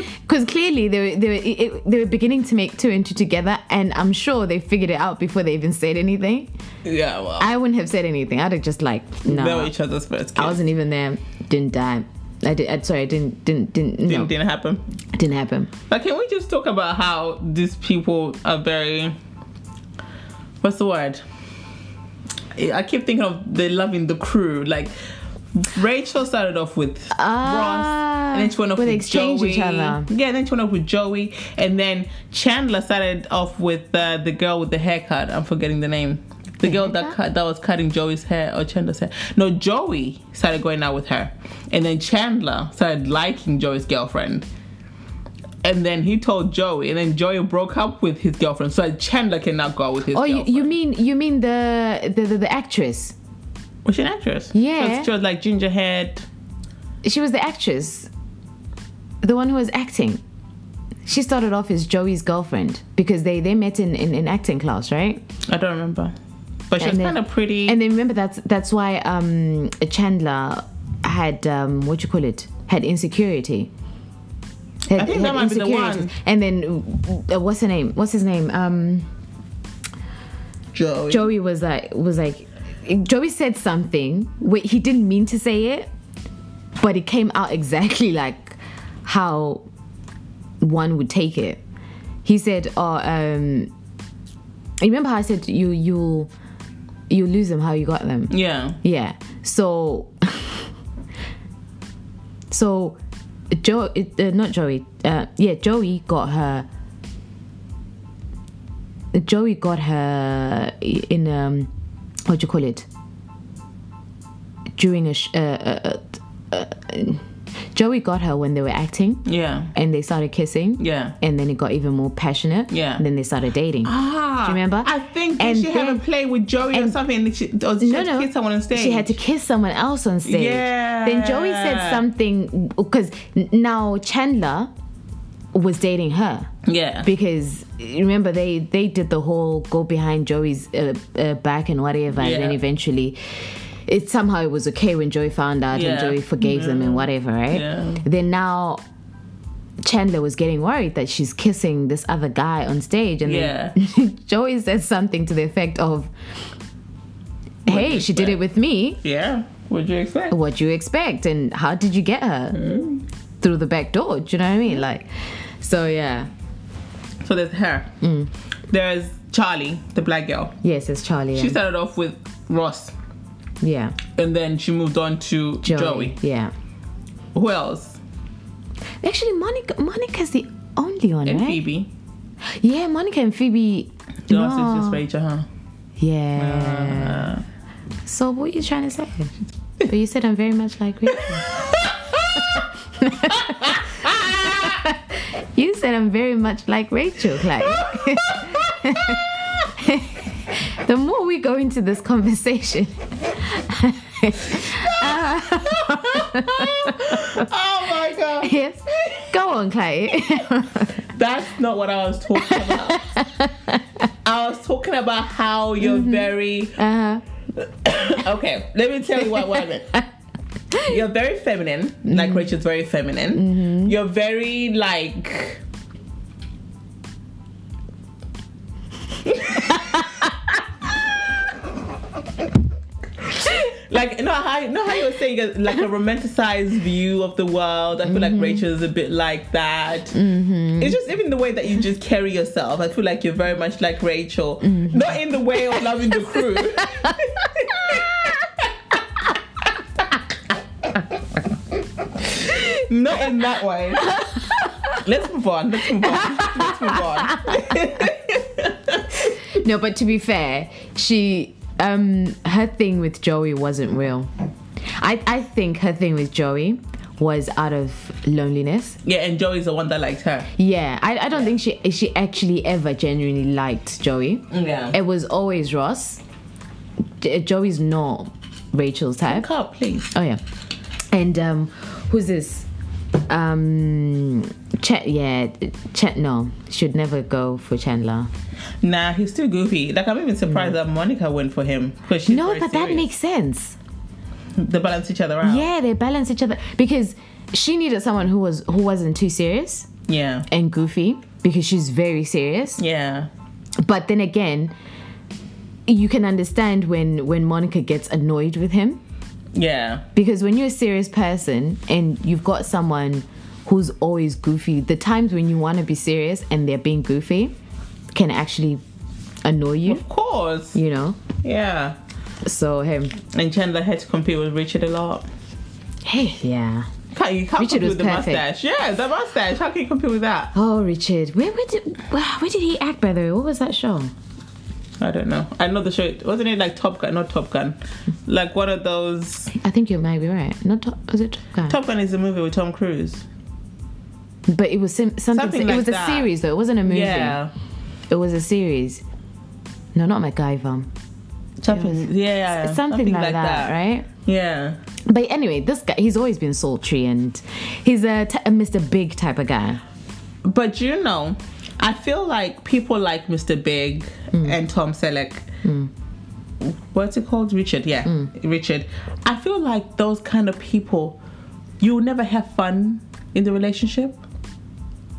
she cuz clearly they were, they were it, it- they were beginning to make two and two together and I'm sure they figured it out before they even said anything.
Yeah, well,
I wouldn't have said anything. I'd have just like no.
they were each other's first kiss.
I wasn't even there. Didn't die. I did. I, sorry, I didn't. Didn't. Didn't. No, didn't,
Didn't, didn't happen.
happen.
But can we just talk about how these people are very. What's the word? I keep thinking of the loving the crew. Like, Rachel started off with
Ah,
Ross, and then she went off
where
with
they Ah, exchange
Joey.
each other.
Yeah, then she went off with Joey, and then Chandler started off with uh, the girl with the haircut. I'm forgetting the name. The, girl that cut, that was cutting Joey's hair or Chandler's hair. No, Joey started going out with her, and then Chandler started liking Joey's girlfriend. And then he told Joey, and then Joey broke up with his girlfriend. So Chandler cannot go out with his
Oh, you,
girlfriend.
you mean you mean the the the, the actress?
was she an actress?
Yeah.
She was, she was like ginger haired.
she was the actress, the one who was acting. She started off as Joey's girlfriend because they, they met in, in, in acting class, right?
I don't remember. But she was
And then-
kind of pretty.
And then remember that's that's why um, Chandler had um, what you call it had insecurity. Had,
I think that might be the
insecurities.
one.
And then uh, what's her name? What's his name? Um,
Joey.
Joey was like was like Joey said something. Wait, he didn't mean to say it, but it came out exactly <laughs> like how one would take it. He said, "Oh, um, remember how I said you you'll you lose them how you got them."
Yeah.
Yeah. So, so Joe, uh, not Joey. Uh, yeah, Joey got her. Joey got her in um, what do you call it? During a sh- uh, uh, uh, uh, Joey got her when they were acting
Yeah.
and they started kissing.
Yeah.
And then it got even more passionate.
Yeah.
And then they started dating.
Ah,
Do you remember?
I think did
And
she had
then-
a play with Joey or
and-
something. And she, or she had to kiss someone on stage.
She had to kiss someone else on stage.
Yeah.
Then Joey said something because now Chandler was dating her
Yeah.
because remember they they did the whole go behind Joey's uh, uh, back and whatever,
Yeah.
and then eventually. It somehow it was okay when Joey found out and
Yeah.
Joey forgave them and whatever, right?
Yeah.
Then now Chandler was getting worried that she's kissing this other guy on stage, and then <laughs> Joey said something to the effect of, "Hey, she did it with me.
yeah. What'd you expect?
What do you expect? And how did you get her
Hmm.
through the back door? Do you know what I mean? Like, so yeah,
So there's her.
Mm.
There's Charlie, the black girl.
yes, it's Charlie.
She
and-
started off with Ross,
yeah,
and then she moved on to Joey.
Joey. Yeah,
Who else?
actually, Monica. Monica's the only one,
And
right?
Phoebe.
Yeah, Monica and Phoebe.
The answer is just
No.
Rachel, huh?
Yeah.
Uh,
So what are you trying to say? but you said I'm very much like
<laughs>
Rachel. <laughs> you said I'm very much like Rachel, like. <laughs> the more we go into this
<laughs>
conversation, <laughs> Uh,
oh my god.
<laughs> yes. Go on,
<laughs>
Clay.
That's not what I was talking about. I was talking about how you're
Mm-hmm.
very
Uh,
okay. Let me tell you what, what I meant. You're very feminine, like Rachel's very feminine. You're very like. Like you know how you know how you were saying uh, like a romanticized view of the world. I feel like Rachel's a bit like that. It's just even the way that you just carry yourself. I feel like you're very much like Rachel, not in the way of loving the crew. Not in that <laughs> way. Let's move on. Let's move on. Let's move on.
no, but to be fair, she um her thing with Joey wasn't real. I I think her thing with Joey was out of loneliness.
Yeah, and Joey's the one that likes her.
Yeah, I, I don't think she she actually ever genuinely liked Joey.
Yeah.
It was always Ross. J- Joey's not Rachel's type.
Car, please.
Oh yeah, and um, who's this? Um, Chet. Yeah, Chet. No, should never go for Chandler.
Nah, he's too goofy. Like I'm even surprised that Monica went for him because she's
no,
very
but that
serious.
makes sense.
they balance each other out.
Yeah, they balance each other because she needed someone who was who wasn't too serious
Yeah.
and goofy because she's very serious.
Yeah.
but then again you can understand when when monica gets annoyed with him
Yeah.
because when you're a serious person and you've got someone who's always goofy the times when you want to be serious and they're being goofy can actually annoy you
Of course.
you know
Yeah.
so him
And Chandler had to compete with Richard a lot.
hey yeah
Can't, you can't
Richard
compete
was
with the
perfect.
mustache. Yeah, the mustache. How can you compete with that?
oh richard where, where did where did he act by the way what was that show
I don't know. I know the show. Wasn't it like Top Gun? Not Top Gun. Like one of those.
i think you might be right not top, was it top guy
Top Gun is a movie with Tom Cruise.
but it was sim- something,
Something
it
like
was
that.
a series though it wasn't a movie
Yeah.
It was a series. No, not MacGyver.
Something, yeah, yeah,
Something, like, that, right?
Yeah,
But anyway, this guy, he's always been sultry and he's a, t- a Mr. Big type of guy.
but you know, I feel like people like Mr. Big
Mm.
and Tom Selleck. What's it called, Richard? Yeah,
Mm.
Richard. I feel like those kind of people, you will never have fun in the relationship.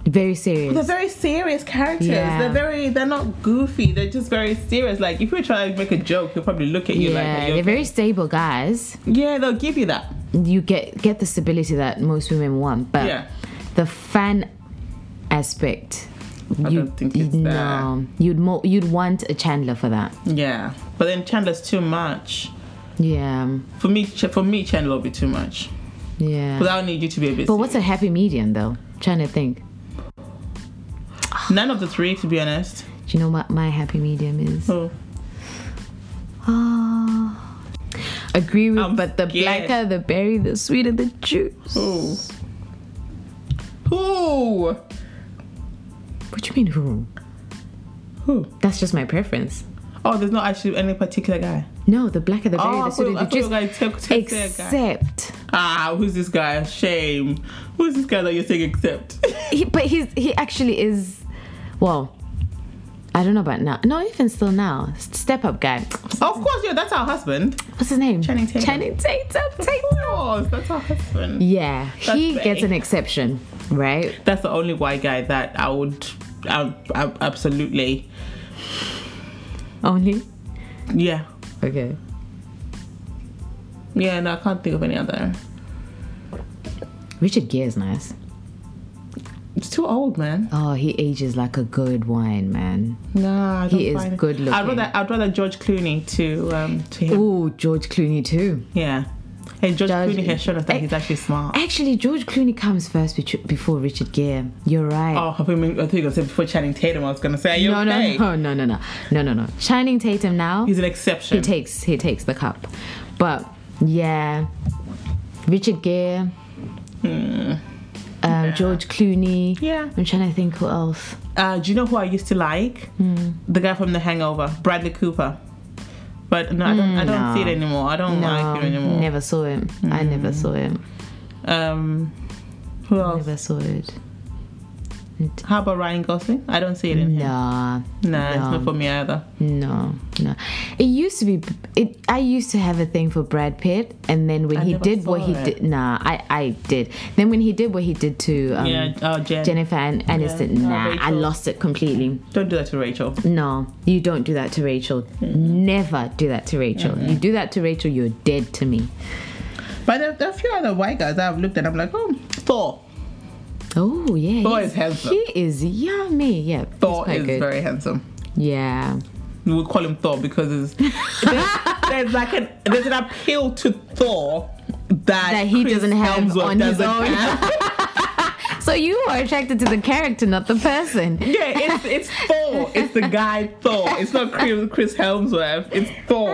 Very serious.
They're very serious characters.
Yeah.
They're very, they're not goofy. They're just very serious. Like if you're trying to make a joke, he'll probably look at you like,
yeah,
"Are you
they're very
okay?"
stable guys.
yeah, they'll give you that.
You get get the stability that most women want, but
Yeah.
the fan aspect,
I
you
don't think
you-
it's there.
no, you'd mo- you'd want a Chandler for that.
Yeah, but then Chandler's too much.
Yeah,
For me, Ch- for me, Chandler will be too much.
yeah.
But I'll need you to be a bit.
but what's a happy medium though? trying to think.
None of the three, to be honest.
Do you know what my happy medium
<laughs>
is? Ah.
Oh,
Agree with,
I'm
but the
scared.
blacker the berry, the sweeter the juice.
oh. Ooh.
What do you mean who?
Who?
That's just my preference.
Oh, there's not actually any particular guy.
No, the blacker the berry,
Oh, I
the sweeter
thought, I
the
thought you
juice.
were going to take, take that guy.
Except,
Ah, who's this guy? Shame. Who's this guy that you're saying except?
he, but he's he actually is. Well, I don't know about now. No, even still now, step up guy.
<laughs> of course, yeah, that's our husband.
What's his name?
Channing Tatum.
Channing Tatum. Tatum.
Of course, that's our husband.
Yeah,
That's
he
me.
gets an exception, right?
That's the only white guy that I would I, I, absolutely.
Only.
Yeah.
Okay.
Yeah, no, I can't think of any other.
Richard Gere is nice.
It's too old, man.
Oh, he ages like a good wine, man.
Nah, I
He
don't
is
find it.
good
I'd
looking.
rather I'd rather George Clooney to um to him.
Ooh, George Clooney too.
Yeah. And George
George-
Clooney has shown
Eh.
us that he's actually
Uh.
smart.
Actually, George Clooney comes first bet- before Richard Gere. You're right.
Oh, I think I thought you were gonna say before Channing Tatum. I was gonna say, are you
no,
okay?
no, <laughs> no, no, no, no, no, no, no. Channing Tatum now.
He's an
he
exception.
takes he takes the cup, but yeah, Richard Gere, Hmm. um, George Clooney.
Yeah.
I'm trying to think who else.
Uh, do you know who I used to like?
Hmm.
The guy from The Hangover, Bradley Cooper. But no, I don't. I don't
Hmm, no.
see it anymore. I don't like him anymore.
Um, never saw him. Hmm. I never saw him.
Um, who else?
Never saw it.
How about Ryan Gosling? I don't see it in him.
Nah,
Nah, it's
no.
not for me either.
No, no. It used to be. It. I used to have a thing for Brad Pitt, and then when
I
he
never
did what
saw
he
it.
did, nah, I, I did. Then when he did what he did to um,
yeah. Oh, Jen.
Jennifer An- Aniston,
no,
nah, I
Rachel.
lost it completely.
Don't do that to Rachel.
No, you don't do that to Rachel. Never do that to Rachel.
Mm-hmm.
You do that to Rachel, you're dead to me.
But there, there are a few other white guys that I've looked at. I'm like, oh, Thor.
Oh yeah,
Thor
he's-
is handsome.
He is yummy. Yeah, he's
Thor
quite
is
good.
very handsome.
yeah.
we will call him Thor because
<laughs>
it's, there's, there's like an there's an appeal to Thor that,
That he
Chris
doesn't have
Hemsworth
on his
doesn't
own.
have.
So you are attracted to the character, not the person.
yeah, it's it's Thor. It's the guy Thor. It's not Chris, Chris Helmsworth. It's Thor.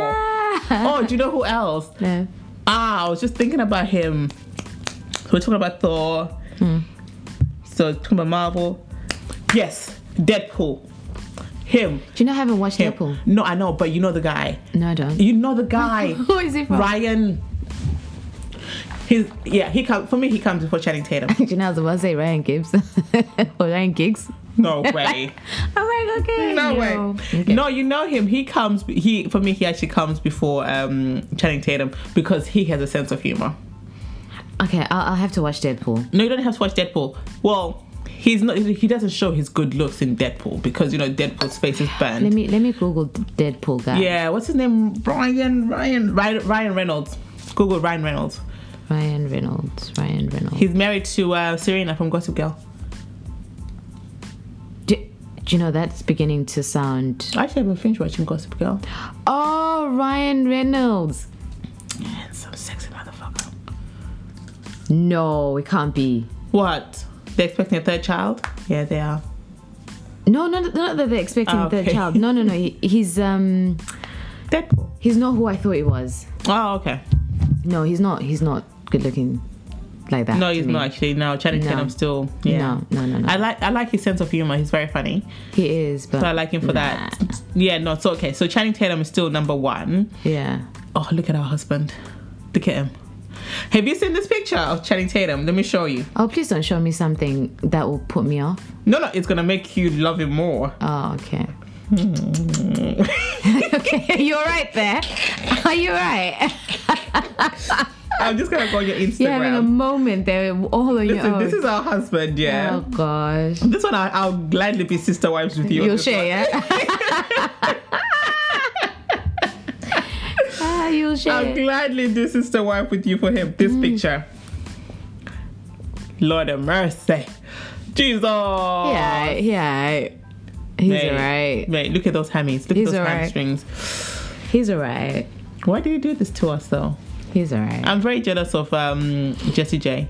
Oh, do you know who else?
Ah, No.
Ah, I was just thinking about him. So we're talking about Thor.
Hmm.
So talking about Marvel. Yes, Deadpool. Him.
Do you know I haven't watched
him.
Deadpool?
No, I know, but you know the guy.
No, I don't.
You know the guy.
Who is he from?
Ryan. His yeah, he comes for me. He comes before Channing Tatum.
Do you know I was about to say Ryan <laughs> Gibbs or Ryan Giggs?
No way.
I'm like, okay.
No way.
Okay.
No, you know him. He comes. He for me. He actually comes before um, Channing Tatum because he has a sense of humor.
Okay, I'll, I'll have to watch Deadpool.
No, you don't have to watch Deadpool. Well, he's not. He doesn't show his good looks in Deadpool because you know Deadpool's face is burned.
Let me let me Google Deadpool guy.
yeah, what's his name? Ryan. Ryan. Ryan. Ryan Reynolds. Google Ryan Reynolds.
Ryan Reynolds. Ryan Reynolds.
He's married to uh, Serena from Gossip Girl.
Do, do you know that's beginning to sound?
I actually haven't finished watching Gossip Girl.
Oh, Ryan Reynolds.
And some sexy motherfucker.
No, it can't be.
What? They're expecting a third child? Yeah, they are.
No, no, no, not that they're expecting
Ah,
the
okay.
child. No, no, no. He, he's um,
Deadpool.
he's not who I thought he was.
Oh, okay.
No, he's not. He's not good looking, like that.
No,
to
he's
me.
not actually. No, Channing
Mm. No.
Tatum still. Yeah.
No, no, no, no.
I like I like his sense of humor. He's very funny.
He is, but
So I like him for that. Yeah, no, it's okay. So Channing Tatum is still number one.
yeah.
Oh, look at our husband. Look at him. Have you seen this picture of Channing Tatum? Let me show you.
Oh, please don't show me something that will put me off.
No, no, it's gonna make you love him more.
Oh, okay.
Hmm.
<laughs> okay, you're right there. Are you right?
I'm just gonna
<laughs>
go on your Instagram.
You're having a moment there, all on your
Listen,
own.
this is our husband. Yeah.
oh
<laughs>
gosh.
This one, I, I'll gladly be sister wives with you. on
You'll
this
share,
one.
yeah?
<laughs>
ah, you'll
I'll
share.
gladly do sister wife with you for him. This
Mm.
picture. Lord of mercy. Jesus.
yeah, yeah. He's
Mate,
alright.
Mate, look at those hammies. Look
He's
at those
alright.
hamstrings.
He's alright.
Why do you do this to us though?
He's alright.
I'm very jealous of um, Jesse J.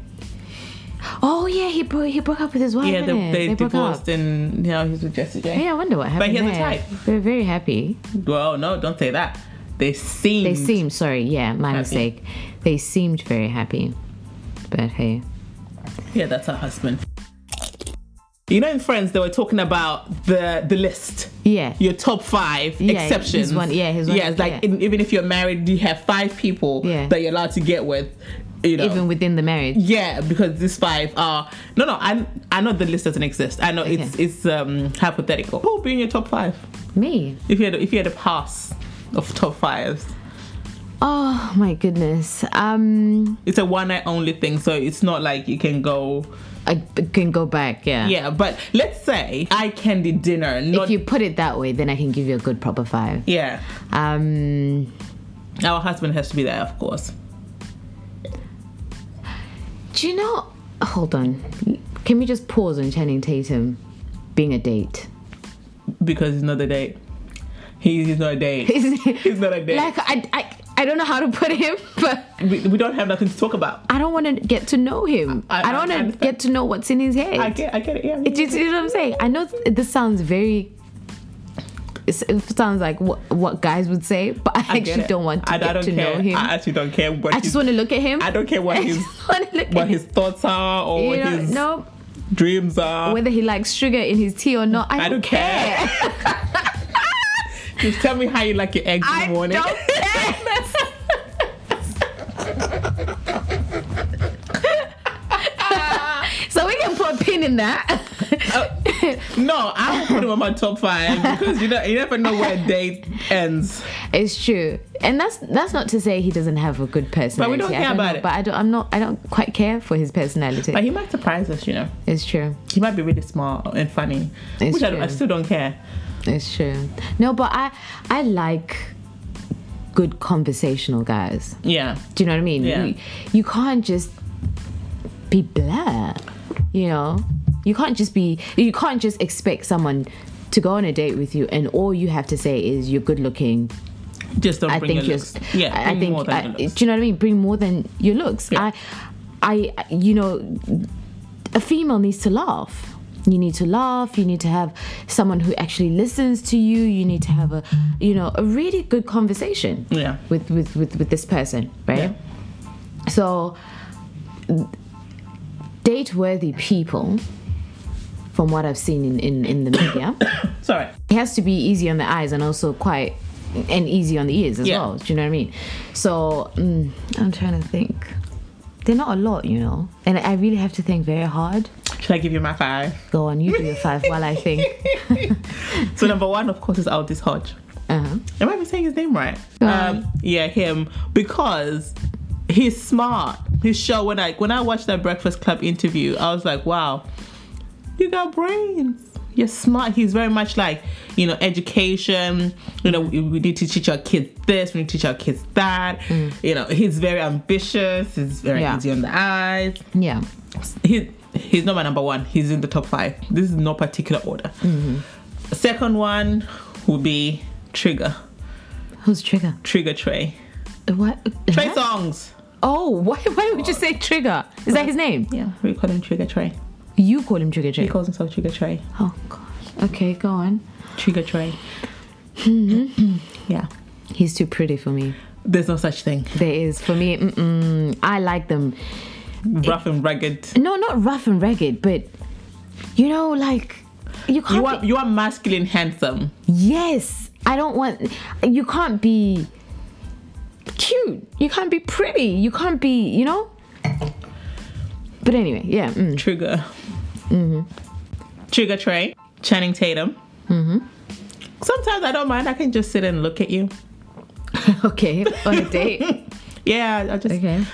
Oh yeah, he broke he broke up with his wife.
Yeah, they,
innit?
they,
broke
divorced
up.
and now he's with Jesse J.
Hey, I wonder what happened.
he has a
there.
type.
They're very happy.
Well, no, don't say that. They seem.
They seemed sorry, yeah, my
Mm. Happy.
mistake. They seemed very happy. But hey.
Yeah, that's her husband. You know, in Friends, they were talking about the the list.
Yeah.
Your top five
Yeah, his
exceptions.
one- yeah, his one-
Yeah, it's like
yeah.
in- even if you're married, you have five people
Yeah.
that you're allowed to get with. You know.
Even within the marriage.
yeah, because these five are no, no. I I know the list doesn't exist. I know it's
Okay.
it's um hypothetical. Who would be in your top five
Me.
if you had if you had a pass of top fives?
Oh my goodness. Um,
It's a one night only thing, so it's not like you can go.
I can go back. Yeah.
Yeah, but let's say eye candy dinner. Not,
If you put it that way, then I can give you a good proper five.
yeah,
Um,
our husband has to be there, of course.
do you know? Hold on. Can we just pause on Channing Tatum being a date? <laughs>
because he's not a date. He's, he's not a date.
<laughs> He's
not a date.
Like I, I, I don't know how to put him, <laughs> but
we, we don't have nothing to talk about.
I don't want to get to know him. I,
I- I-
don't
I
want to
understand.
get to know what's in his head.
I get, I get it. Yeah,
It- you see what I'm saying? I know th- this sounds very. it's- It sounds like what, what guys would say, but I,
I get
actually
it.
don't want to
I,
get
I don't
to
care.
know him.
I actually don't care what.
I just want to look at him. <laughs>
I don't care what
I
his-
just want to look
what
at
his thoughts are or
him.
what
You know,
his
no,
dreams are.
whether he likes sugar in his tea or not, I don't,
I don't care.
<laughs>
Just tell me how you like your eggs
I
in the morning. <laughs>
don't care. <laughs> so we can put a pin in that. <laughs>
No, I will put him on my top five because you know you never know where a date ends.
It's true, and that's that's not to say he doesn't have a good personality.
we don't
I
care
don't
about
know,
it.
But I don't. I'm not. I don't quite care for his personality.
But he might surprise us, you know.
it's true.
He might be really smart and funny,
It's
which I, I
true.
still don't care.
It's true. No, but I I like good conversational guys.
Yeah,
Do you know what I mean?
Yeah.
You, you can't just be blah. You know, you can't just be. You can't just expect someone to go on a date with you, and all you have to say is you're good looking.
just don't
I
bring
think
your
you're.
looks. Yeah,
I- I
bring
think.
more than
I-
your
do
looks.
you know what I mean? Bring more than your looks.
Yeah.
I, I, you know, a female needs to laugh. You need to laugh. You need to have someone who actually listens to you. You need to have a, you know, a really good conversation
Yeah.
with with with, with this person, right?
Yeah.
So, date worthy people, from what I've seen in, in, in the media,
Sorry.
it has to be easy on the eyes and also quite and easy on the ears as
Yeah.
well. Do you know what I mean? So, mm, I'm trying to think. They're not a lot, you know, and I really have to think very hard.
Should I give you my five?
Go on, you do your five while I think.
<laughs>
<laughs>
So number one, of course, is Aldis Hodge.
Uh-huh.
Am I even saying his name right?
Um.
Um, yeah, him because he's smart. His show when I when I watched that Breakfast Club interview, I was like, wow, you got brains. You're smart. He's very much like you know education. You know we we need to teach our kids this. We need to teach our kids that. You know he's very ambitious. He's very
Mm. Yeah.
easy on the eyes.
Yeah,
he he's not my number one. He's in the top five. This is no particular order. Second one would be Trigger.
who's trigger?
Trigger Trey.
What?
Trey
Huh?
songs.
Oh, <laughs> why? Why would you say trigger? Is that his name?
Yeah, we call him Trigger Trey.
You call him trigger
He
trigger.
calls himself Trigger Trey.
Oh God. Okay, go on.
Trigger Trey. yeah.
He's too pretty for me.
Mm-hmm. There's no such thing.
There is for me. Mm-mm, I like them.
Rough and rugged.
No, not rough and ragged, but you know, like you can't.
You
be-
are you are masculine, handsome.
yes, I don't want. You can't be cute. You can't be pretty. You can't be. You know. But anyway, yeah. Mm.
Trigger. Mm-hmm. Trigger Trey. Channing Tatum. Mm-hmm. Sometimes I don't mind. I can just sit and look at you.
<laughs> Okay, on a <laughs> date.
Yeah, I just
Okay.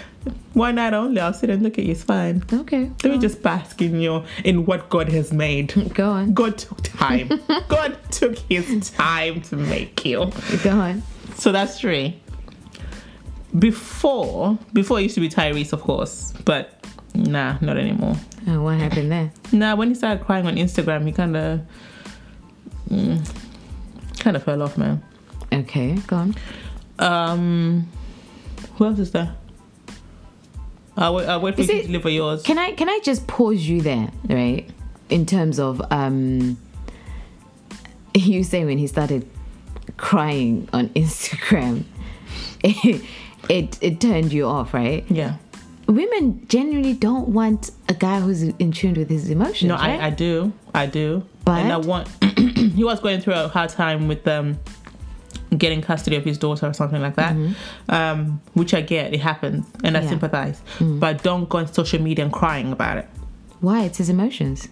Why not only? I'll sit and look at you. It's fine.
Okay.
Let me just bask in your in what God has made.
Go on.
God
<laughs>
took time. God took His time to make you.
Go on.
So that's three. Before, before it used to be Tyrese, of course, but nah, not anymore.
Oh, what happened there?
Nah, when he started crying on Instagram, he kind of, kind of fell off, man.
Okay, go on.
Um, who else is there? I'll wait, I'll wait for
Is
you
it-
to deliver yours.
Can I can I just pause you there, right? In terms of um <laughs> you say when he started crying on <laughs> Instagram, it it, turned you off, right?
yeah.
Women generally don't want a guy who's in tune with his emotions.
No,
right?
I, I do. I do. And I
But-
want. <clears throat> he was going through a hard time with um, getting custody of his daughter or something like that, um, which I get. It happens, and I
Mm-hmm. Yeah. Mm.
sympathize. But don't go on social media and crying about it.
Why? It's his emotions.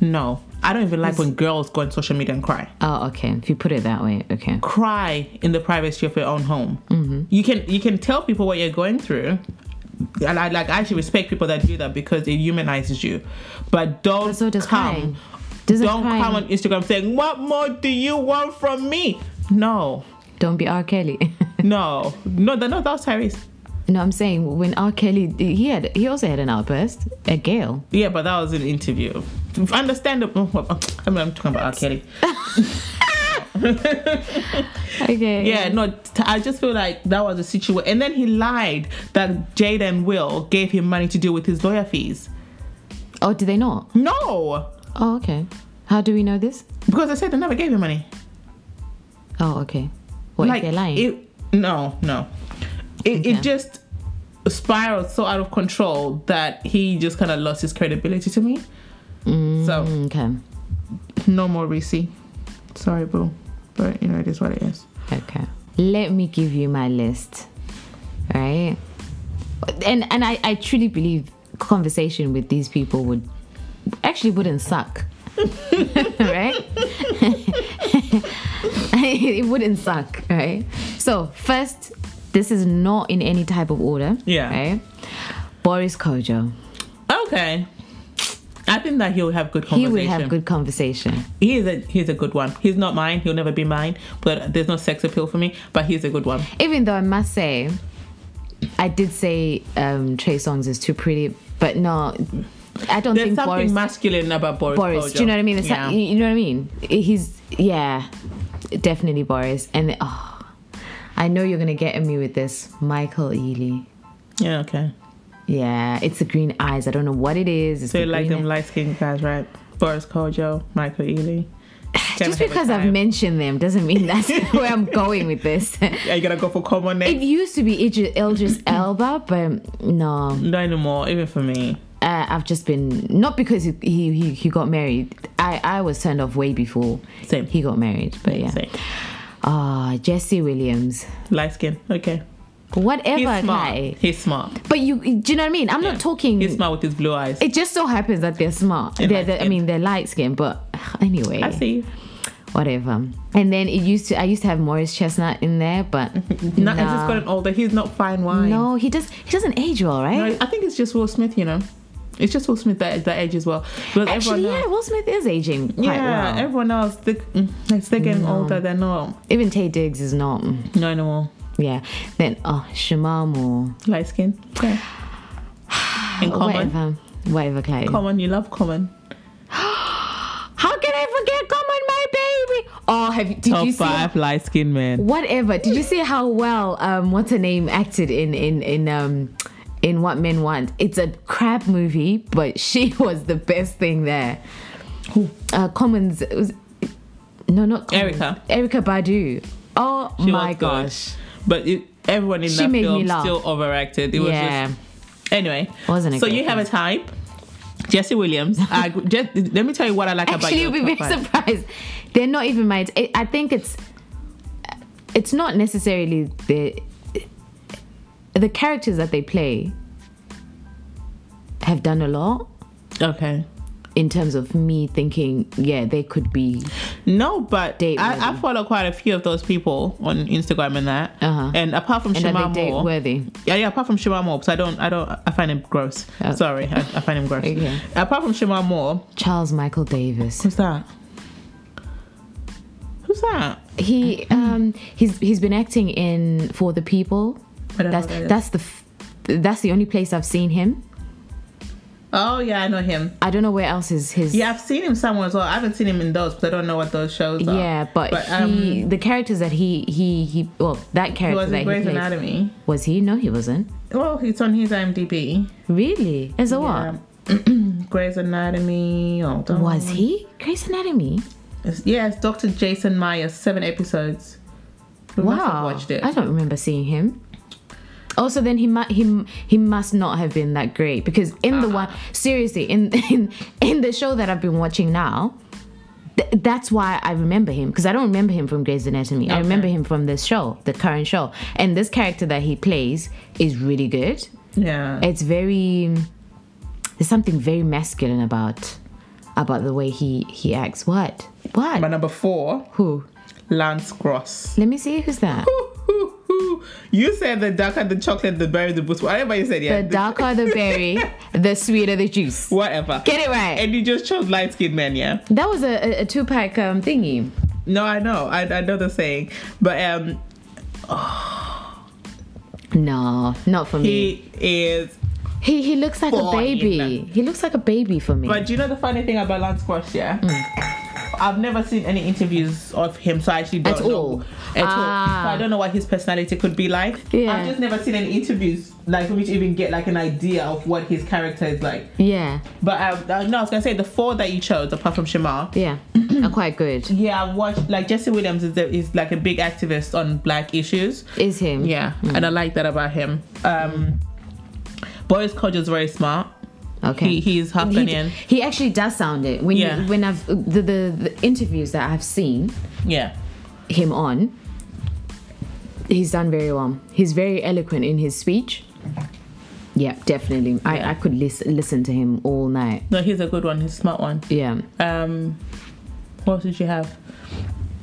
No, I don't even like when girls go on social media and cry.
Oh, okay. If you put it that way, okay.
Cry in the privacy of your own home.
Mm-hmm.
You can you can tell people what you're going through. And I like I actually respect people that do that because it humanizes you. But don't
So does
come
crying. Doesn't
don't
crying-
come on Instagram saying, What more do you want from me? No,
Don't be R. Kelly. <laughs>
no, no, that, no, that was Tyrese.
no, I'm saying when R. Kelly he had he also had an outburst at Gail.
Yeah, but that was an interview. Understandable. Oh, I mean, I'm talking about R. Kelly.
Okay.
Yeah, no, t- I just feel like that was a situation. And then he lied that Jada and Will gave him money to deal with his lawyer fees.
Oh, did they not?
No,
Oh, okay. How do we know this?
because I said they never gave him money.
Oh, okay. What if they're lying?
It, no, no. It,
Okay.
it just spiraled so out of control that he just kind of lost his credibility to me.
Mm.
So
okay.
no more Reese. Sorry, boo. But you know it is what it is.
Okay. Let me give you my list. All right. And and I, I truly believe conversation with these people would actually wouldn't suck. <laughs> right? <laughs> it wouldn't suck, right? So first, this is not in any type of order.
Yeah.
Right? Boris Kojo.
Okay. I think that he'll have good
He
conversation.
would have good conversation.
He is a he's a good one. He's not mine. He'll never be mine. But there's no sex appeal for me. But he's a good one.
even though I must say, I did say um, Trey Songs is too pretty, but no, I don't
There's
think
something
Boris.
masculine about Boris.
Boris, do you know what I mean? It's
yeah.
like- you know what I mean? He's yeah, definitely Boris. And then- oh, I know you're gonna get at me with this, Michael Ealy.
yeah. Okay.
Yeah, it's the green eyes. I don't know what it is. It's
So
the
you like
green
them light skinned guys, right? Boris Kojo, Michael
<sighs>
Ealy.
Just because I've mentioned them doesn't mean that's <laughs> where I'm going with
<laughs>
this.
Are you gonna go for common name?
It used to be Idris Eldris Elba, but no.
Not anymore, even for me.
uh, I've just been not because he he, he got married. I, I was turned off way before
Same.
he got married. But yeah,
Same.
ah Jesse Williams,
Light skin. Okay. He's
whatever
smart.
guy.
He's smart.
But you do you know what I mean? I'm
Yeah.
not talking.
He's smart with his blue eyes.
it just so happens that they're smart.
And
They're, they're, I
light-skinned.
mean, they're light skinned, but anyway,
I see. you.
whatever. And then it used to, I used to have Morris Chestnut in there, but
<laughs> No, I just gotten older. He's not fine wine.
no, he does. He doesn't age well, right?
No, I think it's just Will Smith. You know, it's just Will Smith that that age as well. Because
Actually,
everyone
yeah,
else,
Will Smith is aging quite
yeah,
well.
everyone else, they, it's they're getting older. They're not
Even Tay Diggs is not.
no anymore.
Yeah. Then oh, Shamar Moore.
Light skin.
<sighs>
Okay. In common,
Whatever. Whatever, Chloe.
common, you love common.
How can I forget? Come on, my baby. Oh, have you, did
Top
you see? Oh
five light skinned men.
Whatever. Did you see how well um what's her name acted in in in um in What Men Want? It's a crap movie, but <laughs> she was the best thing there.
Who?
Uh, Commons. It was, no, not Commons.
Erica.
Erica Badu. Oh
She
my
was good.
gosh.
But it, everyone in
She
that
made me
film
laugh.
still overacted. It
Yeah.
was just anyway.
Wasn't a
so
great
you have a type.
<laughs>
Jesse Williams. I, agree- just, let me tell you what I like
Actually, you'll
about
be very
your top five.
surprised. They're not even my. It, I think it's. It's not necessarily the. The characters that they play. Have done a lot
Okay.
in terms of me thinking, yeah, they could be.
No, but
Date
I, I
worthy.
follow quite a few of those people on Instagram and that.
Uh-huh.
And apart from
And are
Shema
they date
Moore,
worthy?
yeah, yeah. Apart from Shema Moore, because I don't, I don't, I find him gross.
Oh.
Sorry, I, I find him gross.
Okay.
Apart from Shema Moore,
Charles Michael Davis.
who's that? Who's that?
He um he's he's been acting in For the People.
I don't know
That's
who that is.
that's the f- that's the only place I've seen him.
Oh yeah, I know him.
I don't know where else is his.
Yeah, I've seen him somewhere as well. I haven't seen him in those because I don't know what those shows are.
Yeah, but, he, the characters that he he he well that
um, he
character
was
that
in
he
Grey's
played
Anatomy.
was he? No, he wasn't.
Well, it's on his IMDb.
Really? As a
Yeah. <clears throat> Grey's Anatomy. Oh,
what?
don't-
Was he Grey's Anatomy?
It's- yeah, it's Dr. Jason Myers, seven episodes. We must have
wow,
watched it.
I don't remember seeing him. Also, then he mu- he he must not have <laughs>
Uh-huh.
been that great because in the one seriously in in in the show that I've been watching now, th- that's why I remember him because I don't remember him from Grey's Anatomy. I remember him from this show, the current show, and this character that he plays is really good.
Yeah.
It's very there's something very masculine about about the way he he acts. What? What?
My number four,
Who?
Lance Cross.
Let me see who's that.
<laughs> You said the darker the chocolate, the berry, the boost, whatever you said. Yeah. <laughs>
The darker the berry, the sweeter the juice.
Whatever.
Get it right.
And you just chose light skinned men, yeah?
That was a, a, a two pack um, thingy.
No, I know. I, I know the saying. But um,
No, not for me.
he is.
He he looks like a
Fine.
baby. He looks like a baby for me.
But do you know the funny thing about Lance Cross, yeah? I've never seen any interviews of him, so I actually don't
Hmm. At
know.
all.
At all.
Ah.
So I don't know what his personality could be like.
Yeah.
I've just never seen any interviews like for me to even get like an idea of what his character is like.
yeah,
But I, I, no, I was gonna say the four that you chose, apart from Shamar, <clears throat>
yeah, are quite good.
Yeah, I watched like Jesse Williams is, the, is like a big activist on black issues.
Is him?
Yeah, and I like that about him. Um, Boris Kodja is very smart.
Okay.
He, he's half
He-
Ghanaian.
He, actually does sound it when you-
Yeah.
when I've the, the the interviews that I've seen
Yeah.
him on. He's done very well. He's very eloquent in his speech. Yeah, definitely. I, I could lis- listen to him all night.
No, he's a good one. He's a smart one.
Yeah.
Um, what else did you have?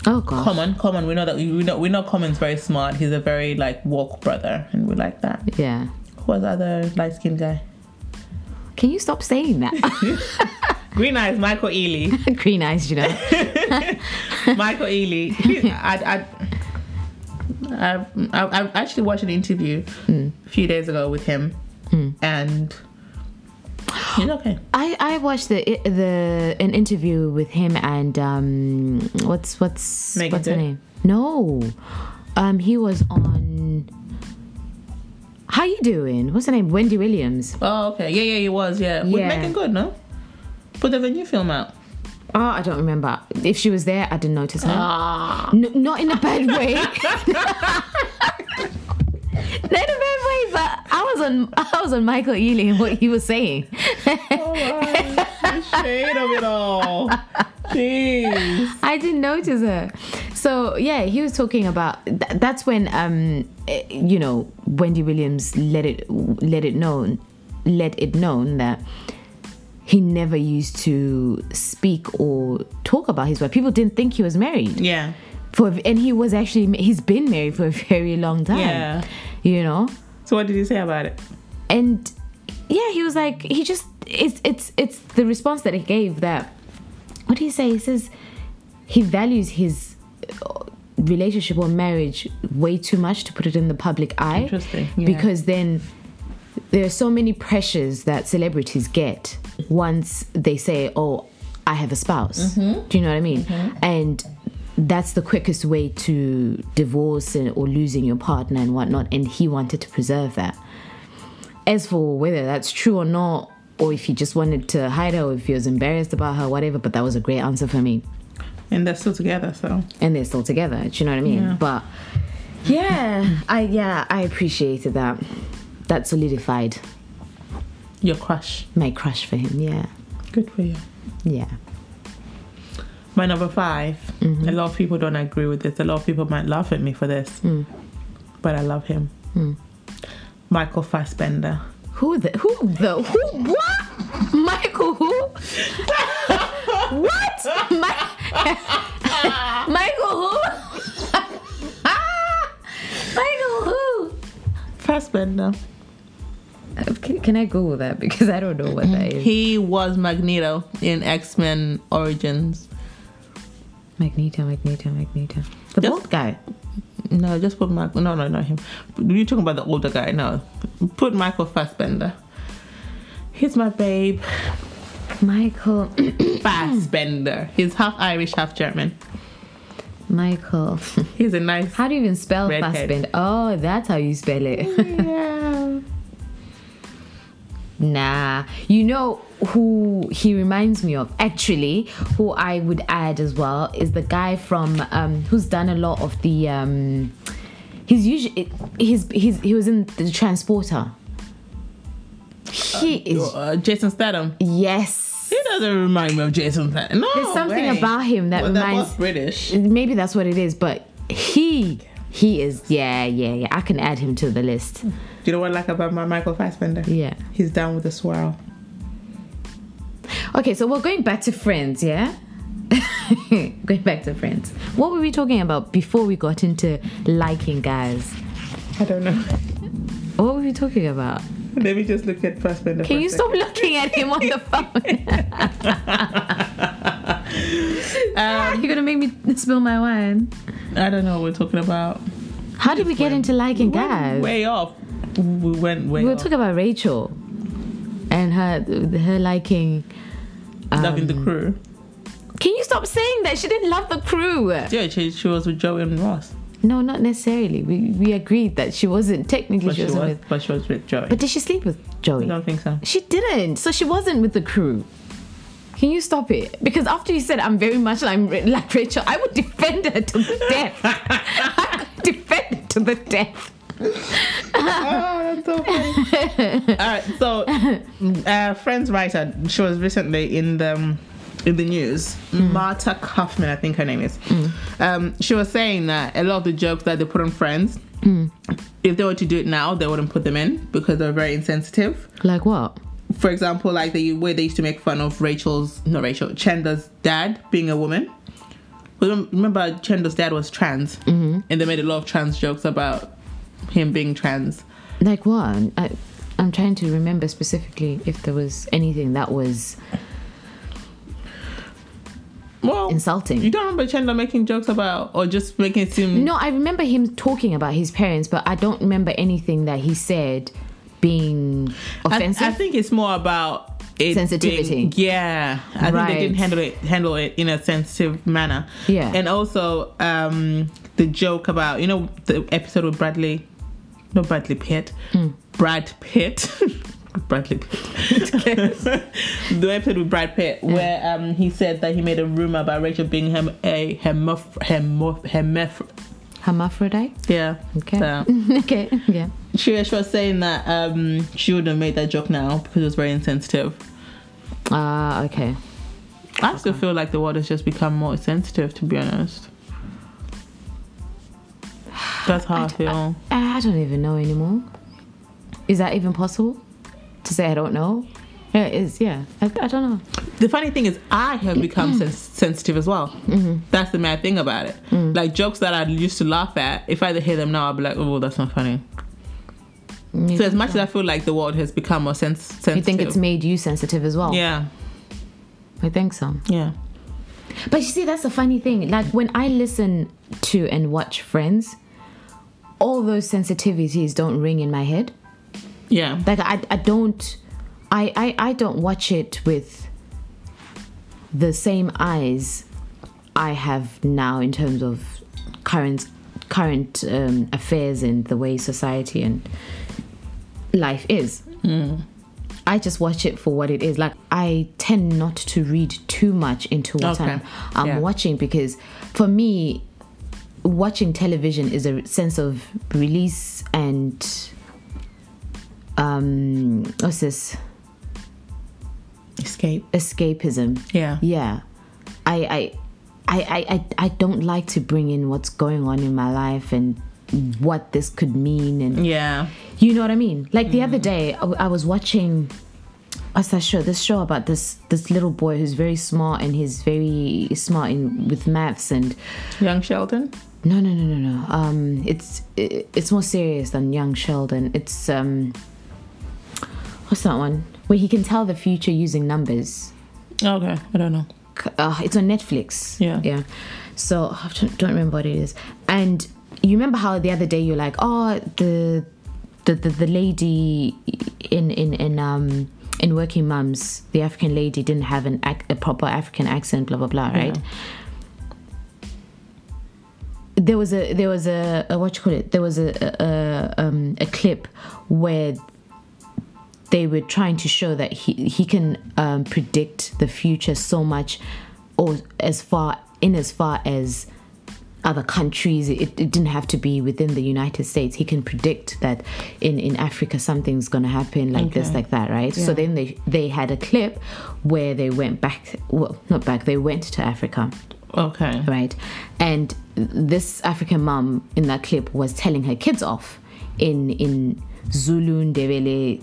Oh gosh.
Common, common. We know that we, we know we know Common's very smart. He's a very like walk brother, and we like that.
Yeah.
Who was the other light skinned guy?
Can you stop saying that? <laughs>
Green eyes, Michael Ealy.
Green eyes, you know.
Michael Ealy. He- I, I, I, I, I actually watched an interview a few days ago with him, and he's okay.
I, I watched the the an interview with him and um what's what's
Megan
what's her
Thee?
name? No, um he was on. How you doing? What's her name? Wendy Williams.
Oh, okay. Yeah, yeah, he was. Yeah, with
Yeah.
Megan Good, no? But there's a new film out.
Oh, I don't remember. If she was there, I didn't notice her. N- not in a bad way. not in a bad way, but I was on I was on Michael Ealy and what he was saying. <laughs>
the shade of it all. Jeez.
I didn't notice her. So yeah, he was talking about. Th- that's when um, eh, you know, Wendy Williams let it let it known, let it known that he never used to speak or talk about his wife. People didn't think he was married
Yeah.
for, and he was actually he's been married for a very long time.
Yeah.
you know,
So what did he say about it?
and yeah, he was like he just it's it's it's the response that he gave that what do you say? He says he values his uh, relationship or marriage way too much to put it in the public eye.
Interesting, yeah.
Because then there are so many pressures that celebrities get once they say, "Oh, I have a spouse."
Mm-hmm.
Do you know what I mean? And that's the quickest way to divorce and, or losing your partner and whatnot. And he wanted to preserve that. As for whether that's true or not, or if he just wanted to hide her, or if he was embarrassed about her, whatever. But that was a great answer for me
And they're still together, so
and they're still together. Do you know what I mean? But yeah, I yeah I appreciated that. That solidified
your crush.
my crush for him. Yeah,
Good for you.
yeah.
My number 5 A lot of people don't agree with this. A lot of people might laugh at me for this, but I love him. Michael Fassbender.
Who the who the who what? Michael who? what? Mi- <laughs> Michael who? <laughs> Michael who?
Fassbender.
Uh, Can, can I Google that <laughs> because I don't know what that is.
He was Magneto in X Men Origins.
Magneto, Magneto, Magneto. The
Yes.
bald guy.
No, just put Michael. No, no, not him. You're talking about the older guy. No, put Michael Fassbender. He's
<clears throat>
my babe.
Michael. <coughs>
Fassbender. He's half Irish, half German.
Michael.
He's a nice.
How do you even spell
Redhead.
Fassbender? Oh, that's how you spell it. <laughs>
Yeah.
nah. You know who he reminds me of? Actually, who I would add as well is the guy from um, who's done a lot of the. Um, he's usually he's, he's he was in the transporter. He is
Uh, Jason Statham.
yes. boss.
He doesn't remind me of Jason Statham. No,
There's something
way.
about him that
Well, they're
reminds.
both British.
Maybe that's what it is, but he he is yeah yeah yeah. I can add him to the list.
Do you know what I like about my Michael Fassbender?
Yeah.
He's down with the swirl.
Okay, so we're going back to Friends, yeah. <laughs> going back to Friends. What were we talking about before we got into liking guys?
I don't know. <laughs>
What were we talking about?
Let me just look at Fassbender.
Can
for a
you
second.
stop looking at him on the phone? You're gonna make me spill my wine.
I don't know what we're talking about.
How did we get into liking guys?
Way off. We went way
We were
off.
talking about Rachel and her her liking. um,
Loving the crew.
Can you stop saying that? She didn't love the crew.
Yeah, she, she was with Joe and Ross.
No, not necessarily. We we agreed that she wasn't technically
But
she
she was,
wasn't with.
but she was with Joey.
But did she sleep with Joey?
I don't think <laughs> so.
She didn't. So she wasn't with the crew. Can you stop it? Because after you said I'm very much like, like Rachel, I would defend her to the
<laughs>
death. I would defend her to the death.
oh, that's so funny. <laughs> All right, so <laughs> uh, Friends writer, she was recently in the um, in the news. Marta Kaufman, I think her name is. Um, she was saying that a lot of the jokes that they put on Friends, if they were to do it now, they wouldn't put them in because they're very insensitive.
Like what?
For example, like the way they used to make fun of Rachel's, not Rachel, Chandler's dad being a woman. Remem- Remember, Chandler's dad was trans, and they made a lot of trans jokes about him being trans.
Like what? I, I'm trying to remember specifically if there was anything that was
Well,
Insulting.
You don't remember Chandler making jokes about or just making it seem
No, I remember him talking about his parents, but I don't remember anything that he said being
I,
offensive.
I think it's more about it
Sensitivity.
being- yeah, I think
Right.
they didn't handle it handle it in a sensitive manner.
Yeah.
and also um, the joke about you know the episode with Bradley, not Bradley Pitt,
Hmm.
Brad Pitt. <laughs> Bradley Pitt. <laughs> the episode with Brad Pitt, where um, he said that he made a rumor about Rachel being hem- a hemoph- hemoph- hemoph- <laughs>
Hermaphrodite?
yeah.
Okay.
So-
okay. Yeah.
she, she was saying that um, she wouldn't have made that joke now because it was very insensitive.
Ah, okay.
I still feel like the world has just become more sensitive, to be honest. That's how I,
d-
feel.
I I don't even know anymore. Is that even possible to say I don't know? Yeah, it is. Yeah, I, I don't know.
the funny thing is, I have become sen- sensitive as well. That's the mad thing about it. Like jokes that I used to laugh at, if I hear them now, I'll be like, "Oh, that's not funny."
You,
So as much as I feel like the world has become more sens- sensitive,
you think it's made you sensitive as well?
yeah,
I think so.
yeah.
But you see, that's the funny thing. Like when I listen to and watch Friends, all those sensitivities don't ring in my head.
Yeah,
Like I, I don't, I, I, I don't watch it with the same eyes I have now in terms of current current um, affairs and the way society and life is. I just watch it for what it is. Like I tend not to read too much into what
Okay.
I'm, I'm
Yeah.
watching because for me, watching television is a sense of release and um, what's this
escape.
escapism.
Yeah,
Yeah, I I. I, I, I, I don't like to bring in what's going on in my life and what this could mean and
yeah.
you know what I mean? Like the other day, I, I was watching. What's that show? This show about this this little boy who's very smart and he's very smart in with maths and
Young Sheldon.
no no no no no. Um, it's it, it's more serious than Young Sheldon. It's um, what's that one where he can tell the future using numbers?
Okay, I don't know.
uh, it's on Netflix.
Yeah.
Yeah. So I don't, don't remember what it is. And you remember how the other day you're like, oh, the the the, the lady in in in um in Working Mums, the African lady didn't have an ac- a proper African accent, blah blah blah, right? There was a there was a, a what you call it? There was a a, a, um, a clip where they were trying to show that he he can um, predict the future so much, or as far in as far as other countries. It, it didn't have to be within the United States. He can predict that in, in Africa something's going to happen like this, like that, right? So then they they had a clip where they went back. Well, not back. They went to Africa
Okay.
right? And this African mum in that clip was telling her kids off in in Zulu Ndebele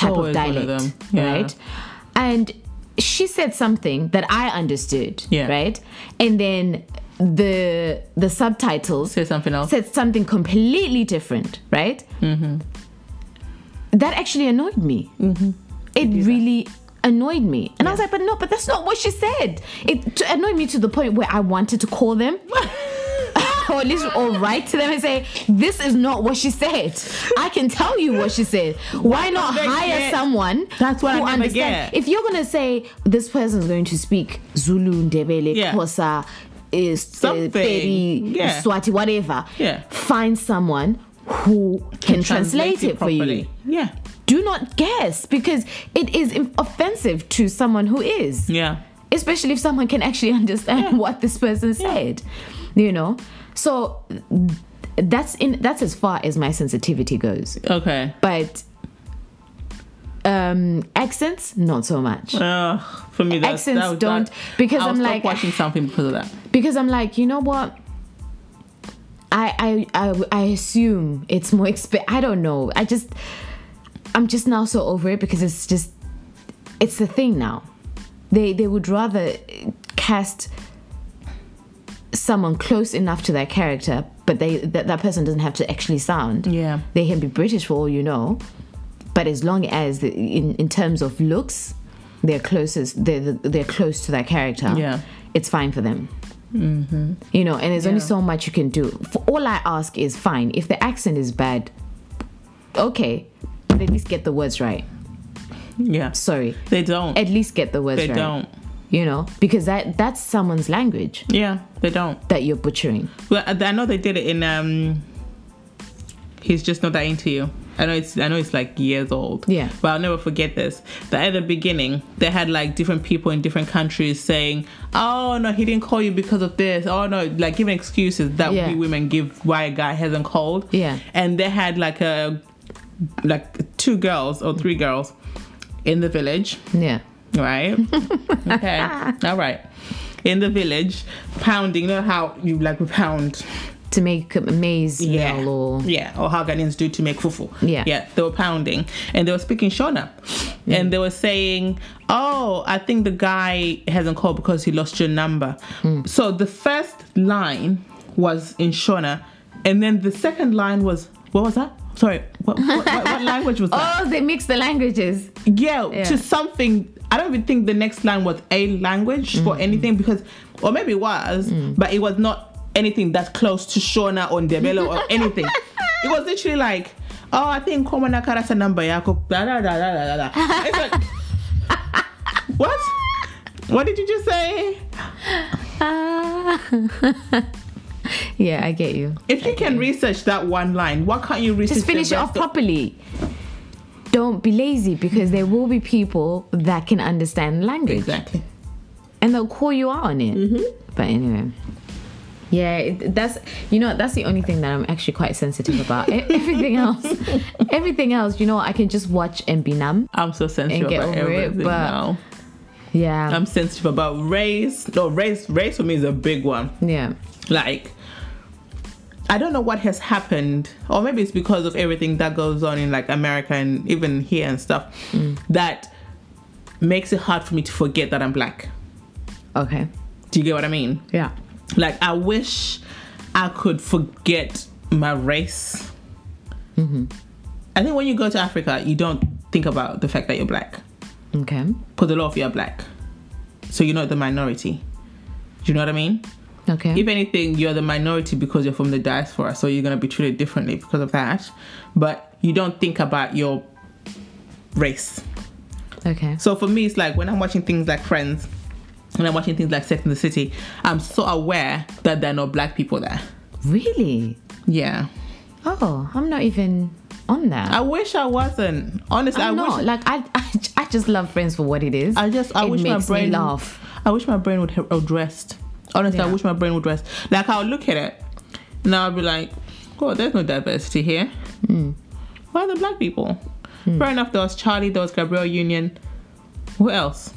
type of
always one of
dialect,
them, yeah.
right? And she said something that I understood,
Yeah.
right? And then the the subtitles
Say something else.
said something completely different, right? Mm-hmm. That actually annoyed me.
Mm-hmm.
It really annoyed me. And I was like, but no, but that's not what she said. It t- annoyed me to the point where I wanted to call
<laughs>
them. <laughs> or at least or write to them and say, This is not what she said. I can tell you what she said. Why not
they
hire
get-
someone
That's what I
who
never
understand-
get.
If you're gonna say this person's going to speak Zulu, Ndebele,
Yeah.
Xhosa, is uh,
Something. Yeah.
Swati, whatever.
Yeah.
Find someone who can, translate, it for you.
properly. Yeah.
Do not guess because it is im- offensive to someone who is,
Yeah.
especially if someone can actually <laughs> understand
Yeah.
what this person said. You know, so th- that's in that's as far as my sensitivity goes.
Okay.
But um accents, not so much.
Uh, for me, that's,
Accents
that was
don't-
that,
because
I'll
I'm
stop
like-
watching something because of that.
because I'm like, you know what? I I I, I assume it's more exp. I don't know. I just I'm just now so over it because it's just it's the thing now. They they would rather cast someone close enough to their character, but they that that person doesn't have to actually sound.
Yeah.
They can be British for all you know, but as long as the, in in terms of looks, they're closest they're they're close to that character.
Yeah. Mm-hmm.
it's fine for them. You know, and there's only
Yeah.
so much you can do. For all I ask is fine. If the accent is bad, okay, but at least get the words right.
Yeah.
Sorry,
They don't.
at least get the words
they
right.
don't.
You know, because that that's someone's language
Yeah. They don't.
that you're butchering.
Well, I I know they did it in. um He's just not that into you. I know it's. I know it's like years old.
Yeah.
But I'll never forget this. That at the beginning, they had like different people in different countries saying, "Oh no, he didn't call you because of this." Oh no, like giving excuses that
Yeah.
we women give why a guy hasn't called.
Yeah.
And they had like a, like two girls or three girls, in the village
Yeah. <laughs>
right? okay, all right. In the village, pounding. You know how you like we pound,
To make a maize
yeah,
meal or
yeah, or how Ghanaians do to make fufu.
Yeah.
yeah. They were pounding, and they were speaking Shona, and they were saying, "Oh, I think the guy hasn't called because he lost your number."
Hmm.
So the first line was in Shona, and then the second line was what was that? Sorry, what, what, what,
<laughs>
what language was that?
Oh, they mix the languages.
yeah,
Yeah.
to something. I don't even think the next line was a language
Mm.
for anything because, or maybe it was, but it was not anything that's close to Shona or
<laughs>
Ndebele or anything. It was literally like, oh, I think Komana Karasa number yako, da da da da da da. da." It's
<laughs>
like, what? What did you just say?
Ah. <laughs> yeah, I get you.
If you can research that one line, why can't you research?
Just finish
the
it off
rest of-
properly. Don't be lazy because there will be people that can understand language
Exactly.
and they'll call you out on it. But anyway. Yeah, it, that's you know that's the only thing that I'm actually quite sensitive about. <laughs> E- everything else, everything else, you know, I can just watch and be numb.
I'm so sensitive
get
about
over it,
everything
but-
now.
Yeah,
I'm sensitive about race. No, race, race for me is a big one.
yeah,
like I don't know what has happened, or maybe it's because of everything that goes on in like America and even here and stuff that makes it hard for me to forget that I'm black.
okay,
Do you get what I mean?
yeah,
Like I wish I could forget my race. I think when you go to Africa, you don't think about the fact that you're black.
okay,
Because a lot of you are black, so you're not the minority. Do you know what I mean?
okay,
if anything, you're the minority because you're from the diaspora, so you're gonna be treated differently because of that. But you don't think about your race.
okay,
So for me, it's like when I'm watching things like Friends, when I'm watching things like Sex in the City, I'm so aware that there are no black people there.
really?
Yeah,
Oh, I'm not even on that.
I wish I wasn't. Honestly, i
I'm
wish
not like I, <laughs> I. I just love Friends for what it is.
I just I
it
wish
makes
my brain
me laugh.
I wish my brain would have addressed Honestly, I
Yeah.
wish my brain would rest. Like I'll look at it, and I'll be like, "God, there's no diversity here. Why are the black people? Fair enough. There was Charlie. There was Gabrielle Union. Who else?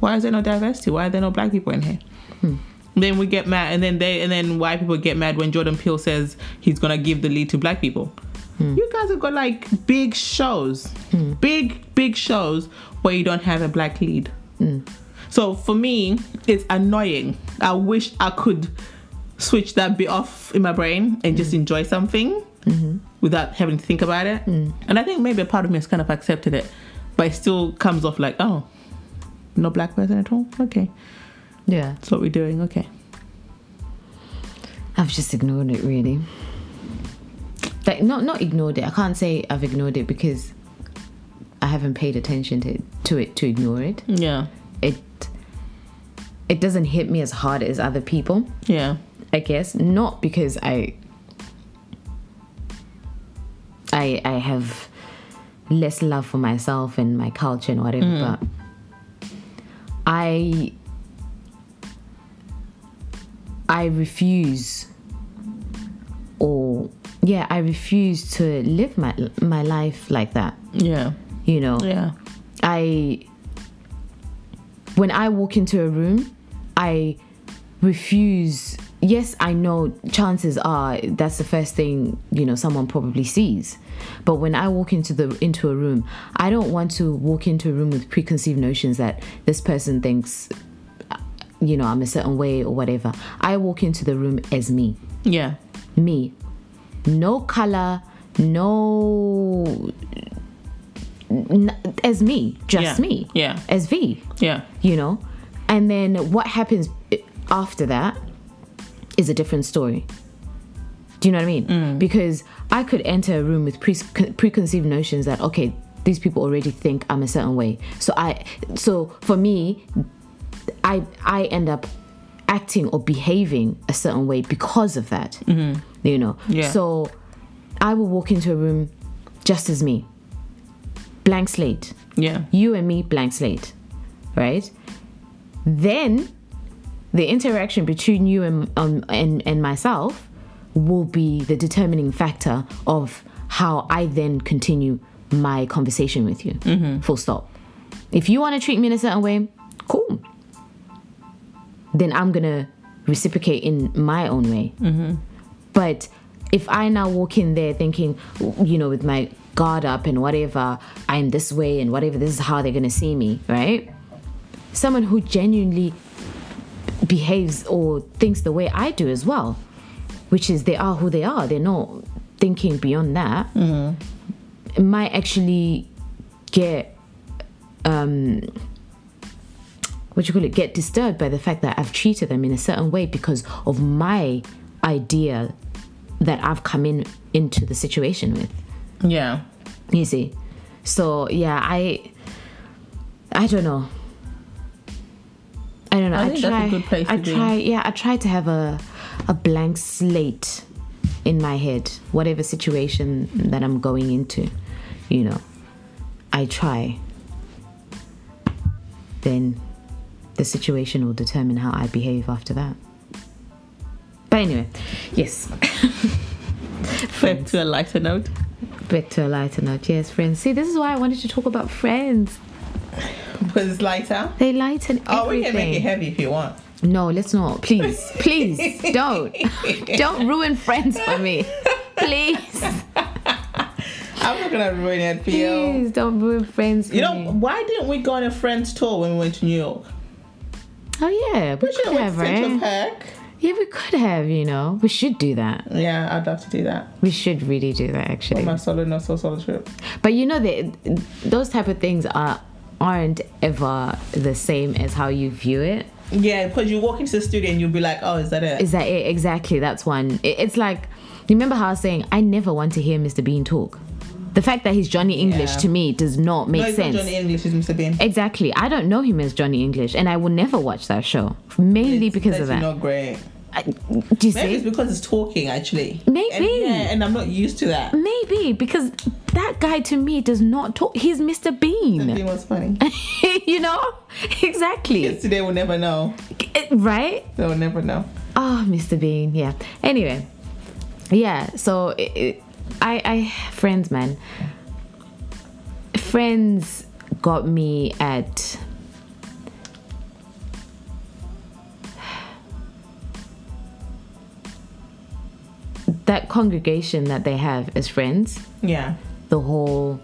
Why is there no diversity? Why are there no black people in here?" Then we get mad, and then they, and then white people get mad when Jordan Peele says he's gonna give the lead to black people. You guys have got like big shows, big big shows where you don't have a black lead. So for me, it's annoying. I wish I could switch that bit off in my brain and just enjoy something without having to think about it. And I think maybe a part of me has kind of accepted it, but it still comes off like, oh, no black person at all. Okay,
Yeah.
that's what we're doing. Okay.
I've just ignored it really. Like not not ignored it. I can't say I've ignored it because I haven't paid attention to to it to ignore it.
Yeah.
It it doesn't hit me as hard as other people,
Yeah.
I guess. Not because I I I have less love for myself and my culture and whatever, but I I refuse or yeah, I refuse to live my my life like that,
Yeah.
you know.
Yeah.
I when I walk into a room, I refuse. Yes, I know chances are that's the first thing, you know, someone probably sees. But when I walk into the into a room, I don't want to walk into a room with preconceived notions that this person thinks uh, you know, I'm a certain way or whatever. I walk into the room as me
Yeah.
me. No color, no. n- as me, just
Yeah,
me.
yeah.
As V,
Yeah.
you know? And then what happens i- after that is a different story. Do you know what I mean? Because I could enter a room with pre- preconceived notions that, okay, these people already think I'm a certain way. So I, so for me, I I end up acting or behaving a certain way because of that. You know.
Yeah.
So I will walk into a room just as me. Blank slate.
Yeah.
You and me, blank slate. Right? Then the interaction between you and um, and, and myself will be the determining factor of how I then continue my conversation with you. Full stop. If you want to treat me in a certain way, cool then I'm gonna reciprocate in my own way. But if I now walk in there thinking, you know, with my guard up and whatever, I'm this way and whatever, this is how they're gonna see me, right? Someone who genuinely behaves or thinks the way I do as well, which is they are who they are, they're not thinking beyond that, might actually get um, what do you call it get disturbed by the fact that I've treated them in a certain way because of my idea that I've come in into the situation with.
Yeah.
You see, so yeah, I I don't know. I don't know.
I
I,
think
try.
that's a good place
I
to be.
try. Yeah, I try to have a a blank slate in my head, whatever situation that I'm going into. You know, I try. Then the situation will determine how I behave after that. But anyway, yes.
Flip to a lighter note.
Back to a lighter note. Yes, friends. See, this is why I wanted to talk about friends.
Because it's lighter.
They lighten everything.
Oh, we can make it heavy if you want.
No, let's not. Please,
<laughs>
please don't. don't ruin friends for me. Please,
I'm not gonna ruin it for you.
please don't ruin friends for
You know,
me.
why didn't we go on a friend's tour when we went to New York?
Oh yeah, we
We should
could
have went
have,
to Central
right?
Park.
Yeah, we could have. You know, we should do that.
Yeah, I'd love to do that.
We should really do that, actually.
My solo, no so solo trip.
But you know that those type of things are aren't ever the same as how you view it.
Yeah, because you walk into the studio and you'll be like, oh, is that it?
Is that it? Exactly. That's one. It, it's like, you remember how I was saying, I never want to hear Mr. Bean talk. The fact that he's Johnny English
Yeah.
to me does not make
no, it's
sense.
not Johnny English, it's Mr. Bean.
Exactly. I don't know him as Johnny English, and I will never watch that show mainly
It's
because of
actually
that.
Not great.
I- do you
Maybe it's
see?
because it's talking actually.
Maybe.
And, yeah, and I'm not used
<laughs>
to that.
Maybe because that guy to me does not talk. He's Mr. Bean.
Bean was funny.
<laughs> you know exactly.
Kids today will never know.
It- right?
They'll never know.
Oh, Mr. Bean. Yeah. Anyway, yeah. So it, it, I, I, friends, man. Friends got me at. That congregation that they have as friends,
Yeah.
the whole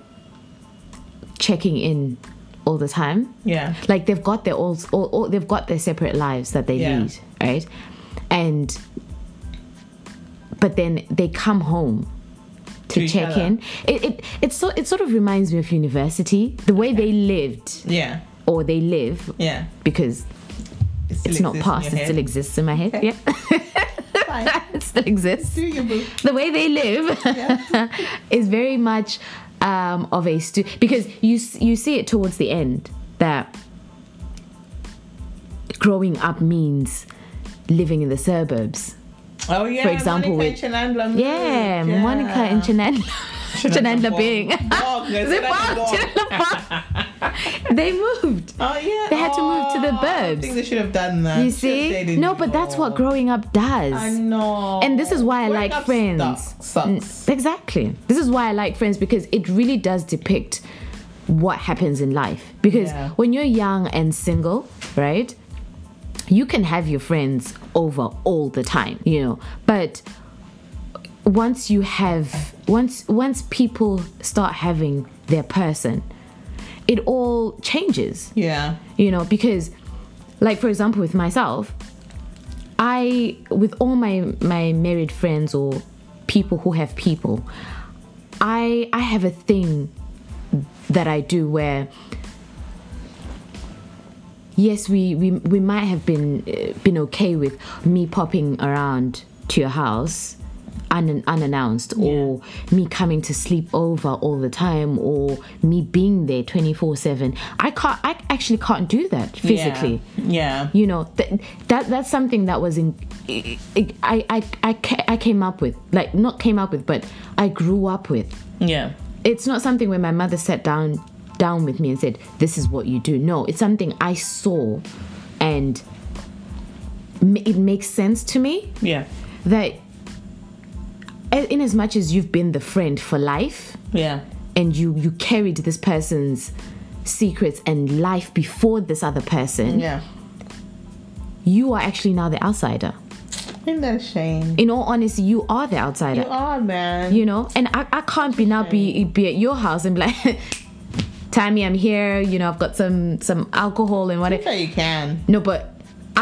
checking in all the time
Yeah.
like they've got their all, all, all they've got their separate lives that they
Yeah.
lead right and but then they come home to,
To each
check
other.
in it, it it's so it sort of reminds me of university the way they lived
Yeah.
or they live
Yeah.
because
It still
it's not
exists in
past
your
it still
head.
exists in my head
Okay.
yeah <laughs>
Fine. <laughs>
it still exists
Do you, boo?
the way they live <laughs> is very much um, of a stu- because you s- you see it towards the end that growing up means living in the suburbs.
Oh yeah.
For example,
Monica
with-
and Chenandla
Yeah,
moved.
Monica and
<laughs>
Chanel. Chanel Bing. <laughs>
Bog, yes,
They both-
Chenandla Bog.
Chenandla Bog. They moved.
Oh yeah.
They had to move to the
Oh, I
burbs.
think they should have done that.
You
Should have stayed
see?
in
No, but that's what
York.
growing up
I
does.
know.
And this is why I
Growing
like
up
Friends. Mm,
Sucks. sucks.
Exactly. This is why I like Friends because it really does depict what happens in life. Because
Yeah.
when you're young and single, right, you can have your friends over all the time, you know, but once you have once once people start having their person it all changes
Yeah.
you know because like for example with myself i with all my my married friends or people who have people i i have a thing that i do where yes we we, we might have been uh, been okay with me popping around to your house un, unannounced or me coming to sleep over all the time or me being there 24/7 i can't i actually can't do that physically
Yeah.
you know th- that that's something that was in I, I I ca- I came up with like not came up with but I grew up with
Yeah. Yeah.
it's not something where my mother sat down down with me and said this is what you do no it's something I saw and ma- it makes sense to me
Yeah.
that a- in as much as you've been the friend for life
Yeah.
and you you carried this person's secrets and life before this other person
Yeah.
you are actually now the outsider
Isn't that a shame?
in all honesty, you are the outsider.
You
You,
are man.
know, and I, I can't be now be be at your house and be like, <laughs> Tammy, I'm here. You know, I've got some some alcohol and whatever.
sure you can.
No, but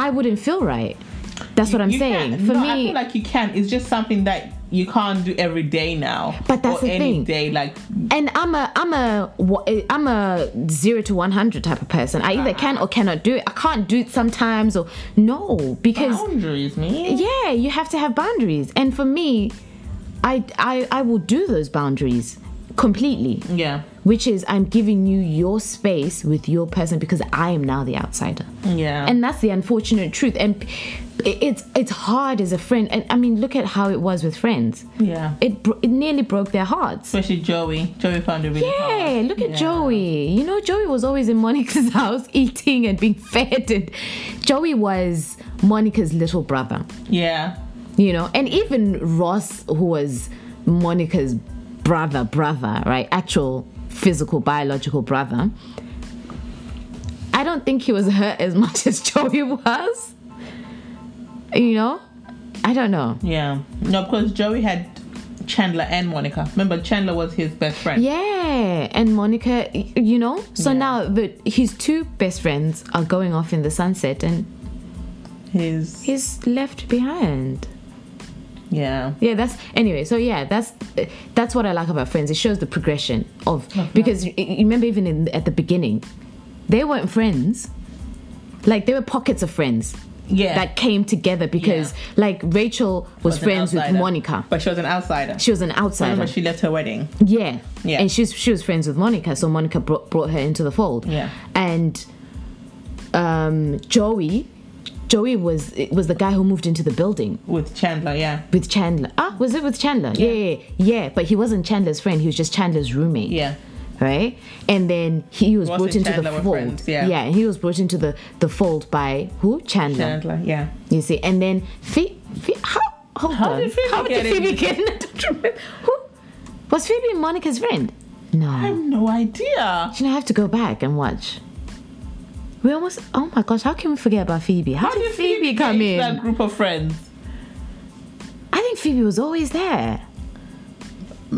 I wouldn't feel right. That's what I'm
You
saying.
can.
For
no, I
me,
feel like you can. It's just something that you can't do every day now.
But that's
or
the
any
thing.
day, like
and I'm a I'm a wa- I'm a zero to one hundred type of person. I either can
Uh-huh.
or cannot do it. I can't do it sometimes or no because
boundaries, man.
yeah you have to have boundaries and for me I, I i will do those boundaries completely
Yeah.
which is i'm giving you your space with your person because i am now the outsider
Yeah.
and that's the unfortunate truth and p- it- it's it's hard as a friend and i mean look at how it was with friends
yeah.
it bro- it nearly broke their hearts
Especially Joey. Joey found it really hard.
yeah, look at
Yeah.
Joey. You know, Joey was always in Monica's <laughs> house eating and being fed. And Joey was Monica's little brother
Yeah.
you know and even ross who was monica's brother brother right actual physical biological brother i don't think he was hurt as <laughs> much as joey was you know i don't know
Yeah. No, because Joey had Chandler and Monica. Remember, Chandler was his best friend.
yeah and monica y- you know so
Yeah.
now the his two best friends are going off in the sunset and
His.
he's left behind
Yeah.
yeah that's anyway so yeah that's that's what i like about friends it shows the progression of because you, you remember even in, at the beginning they weren't friends like there were pockets of friends
Yeah.
that came together because like rachel was,
Was an
friends with
outsider.
monica
But she was an outsider.
she was an outsider
Remember, she left her wedding.
yeah.
Yeah.
And she's she was friends with Monica, so Monica brought, brought her into the fold.
Yeah.
And um, Joey, Joey was it was the guy who moved into the building
with Chandler, yeah.
with Chandler. Ah, was it with Chandler? Yeah, yeah, yeah. But he wasn't Chandler's friend. He was just Chandler's roommate.
Yeah.
right? And then he was
Was
brought
in
into
Chandler
the
with
fold.
Friends, yeah.
yeah, and he was brought into the the fold by who? Chandler.
Chandler, yeah.
You see, and then Phoebe, how, hold
How
on.
did Phoebe
how
get
did Phoebe
in?
get in? <laughs> I don't remember. Who was Phoebe Monica's friend?
I have
No,
no idea.
you know, I have to go back and watch. We almost. Oh my gosh, how can we forget about Phoebe? How, did, Phoebe,
get
come
into
in?
That group of friends.
I think Phoebe was always there.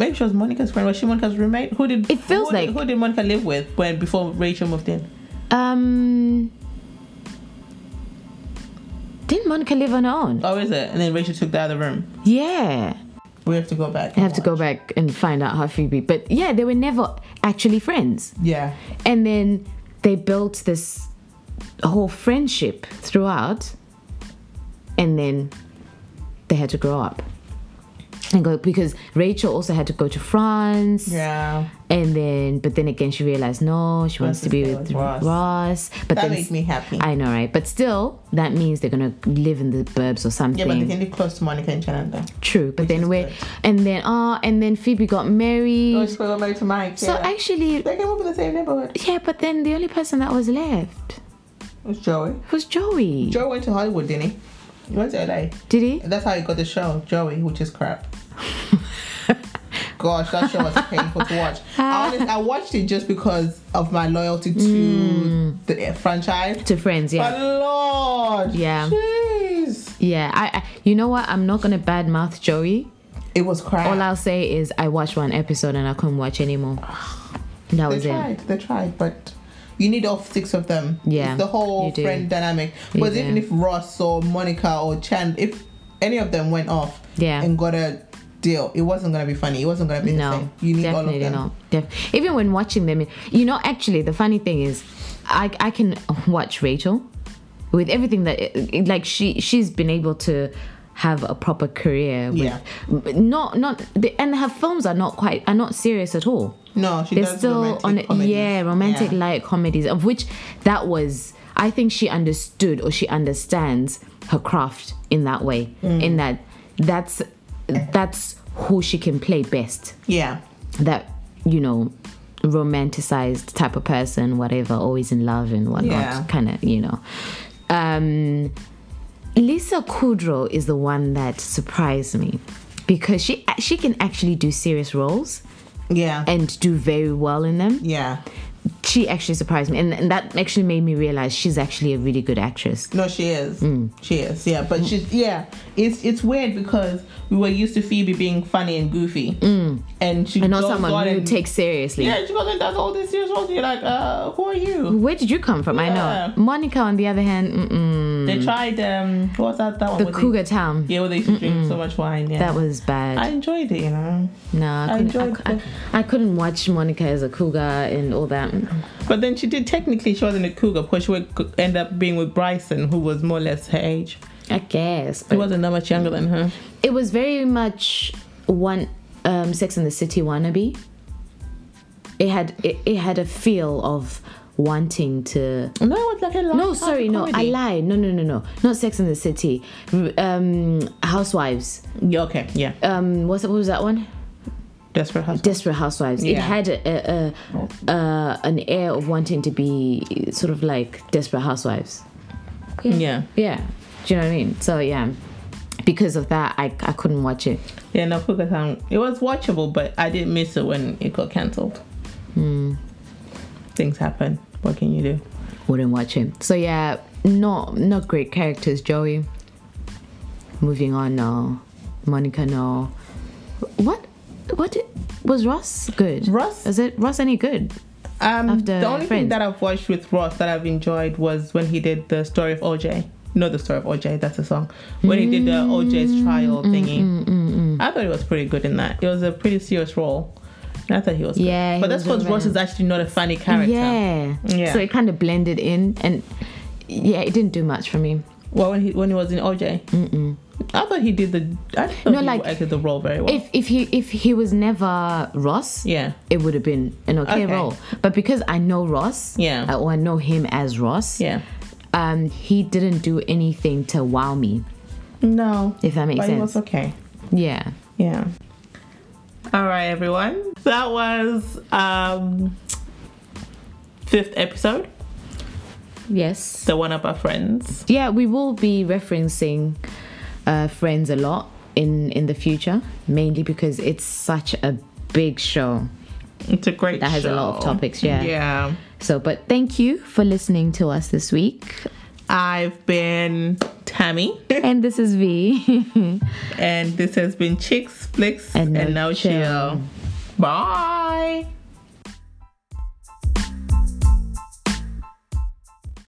Maybe she was Monica's friend. Was she Monica's roommate? Who did?
It feels
who
like-
did- who did Monica live with when before Rachel moved in?
Um, didn't Monica live on her own?
Oh, is it? And then Rachel took the other room.
Yeah.
We have to go back.
I have to go back and find out how Phoebe. But yeah, they were never actually friends.
Yeah.
And then they built this whole friendship throughout. And then they had to grow up. And go because Rachel also had to go to France.
Yeah.
And then but then again she realized no, she wants
Ross
to
is
be
there
with
with Ross.
Ross. But
That
then
makes me happy.
I know, right? But still, that means they're gonna live in the burbs or
yeah,
something.
but they can live close to Monica and Chandler.
True. But
is
then where
good.
and then ah, and then Phoebe got married.
Oh, she got married to Mike.
so
yeah.
actually
they came up in the same neighborhood.
yeah, but then the only person that was left
It was Joey.
was Joey.
Joey went to Hollywood, didn't he? He went to LA.
Did he? <laughs>
That's how he got the show, Joey, which is crap. Gosh, that show
<laughs>
was painful to watch.
Ah.
I, honest, I watched it just because of my loyalty to
Mm.
the eh, franchise.
To friends, yeah.
But Lord,
Yeah.
jeez,
Yeah. I, I you know what? I'm not gonna badmouth Joey.
it was crap.
All I'll say is I watched one episode and I couldn't watch anymore. That
they
was it.
tried, they tried, but you need all six of them.
Yeah,
it's the whole
you do.
friend dynamic.
You
Because
do.
even if Ross or Monica or Chan, if any of them went off,
Yeah.
and got a deal, it wasn't gonna be funny. It wasn't gonna be the
No,
same. You need all of
definitely
them.
not. Def- Even when watching them, you know, actually, the funny thing is, I I can watch Rachel with everything that like she she's been able to have a proper career with
Yeah.
not not the, and her films are not quite are not serious at all.
No, she
They're
does
still
romantic
on
comedies.
yeah romantic
Yeah.
light comedies of which that was I think she understood or she understands her craft in that way
Mm.
in that that's that's who she can play best
Yeah.
that you know romanticized type of person whatever always in love and whatnot
Yeah.
kind of you know um lisa kudrow is the one that surprised me because she she can actually do serious roles
Yeah.
and do very well in them
yeah.
she actually surprised me and, and that actually made me realize she's actually a really good actress
No, she is.
Mm.
She is. Yeah, but she's yeah. It's it's weird because we were used to Phoebe being funny and goofy, and she
Mm. and not
goes on
someone who
and-
takes seriously
Yeah, she goes and does all this serious roles. and You're like, uh, who are you?
where did you come from
Yeah.
i know monica on the other hand mm-mm,
They tried um, what was that? That one.
the
where they-
cougar town
yeah, where they used to drink so much wine. Yeah.
that was bad
I enjoyed it, you know.
No, I couldn't, I
enjoyed
cou- I, I couldn't watch Monica as a cougar and all that.
But then she did technically she wasn't a cougar because she would c- end up being with Bryson, who was more or less her age.
I guess,
He
but
wasn't that much younger than her.
it was very much one um, Sex and the City wannabe. It had it, it had a feel of wanting to. Oh,
No, it was like a light
No, sorry, no, I lied. No, no, no, no, not Sex and the City. R- Um, Housewives.
Yeah, okay, yeah.
Um, what's what was that one?
Desperate husband.
Desperate Housewives. It
Yeah.
had a, a, a, a an air of wanting to be sort of like Desperate Housewives.
yeah.
Yeah. Do you know what I mean? So yeah. Because of that, I, I couldn't watch it.
Yeah, no, Cougar Town. It was watchable, but I did miss it when it got cancelled. Things happen. What can you do?
Wouldn't watch it. So yeah, not not great characters, Joey. Moving on now. Monica no. What what did, was Ross good?
Ross?
Is it Ross any good?
Um,
After
the only thing
Friends.
that I've watched with Ross that I've enjoyed was when he did the story of OJ. No, the story of OJ. That's a song. When he did the
Mm,
OJ's trial thingy, I thought he was pretty good in that. It was a pretty serious role. And I thought he was. good.
Yeah, he
but that's
was
because
alright.
Ross is actually not a funny character.
Yeah.
Yeah.
So it kind of blended in and yeah, it didn't do much for me.
Well, when he when he was in OJ, I thought he did the. I thought
No,
he
like,
acted the role very well.
If if he if he was never Ross,
yeah.
it would have been an okay,
Okay.
role. But because I know Ross,
Yeah.
uh, or I know him as Ross,
Yeah.
um, he didn't do anything to wow me,
No.
if that makes
but it was
sense.
okay.
Yeah.
Yeah. All right, everyone. That was um fifth episode,
Yes.
the one about friends.
Yeah, we will be referencing uh, Friends a lot in in the future, mainly because it's such a big show.
It's a great.
That has a lot of
show.
topics, yeah.
Yeah.
So, but thank you for listening to us this week.
I've been
<laughs>
Tammy,
and this is V. <laughs>
and this has been Chicks Flicks
And
and,
No
No
Chill.
Chill. Bye.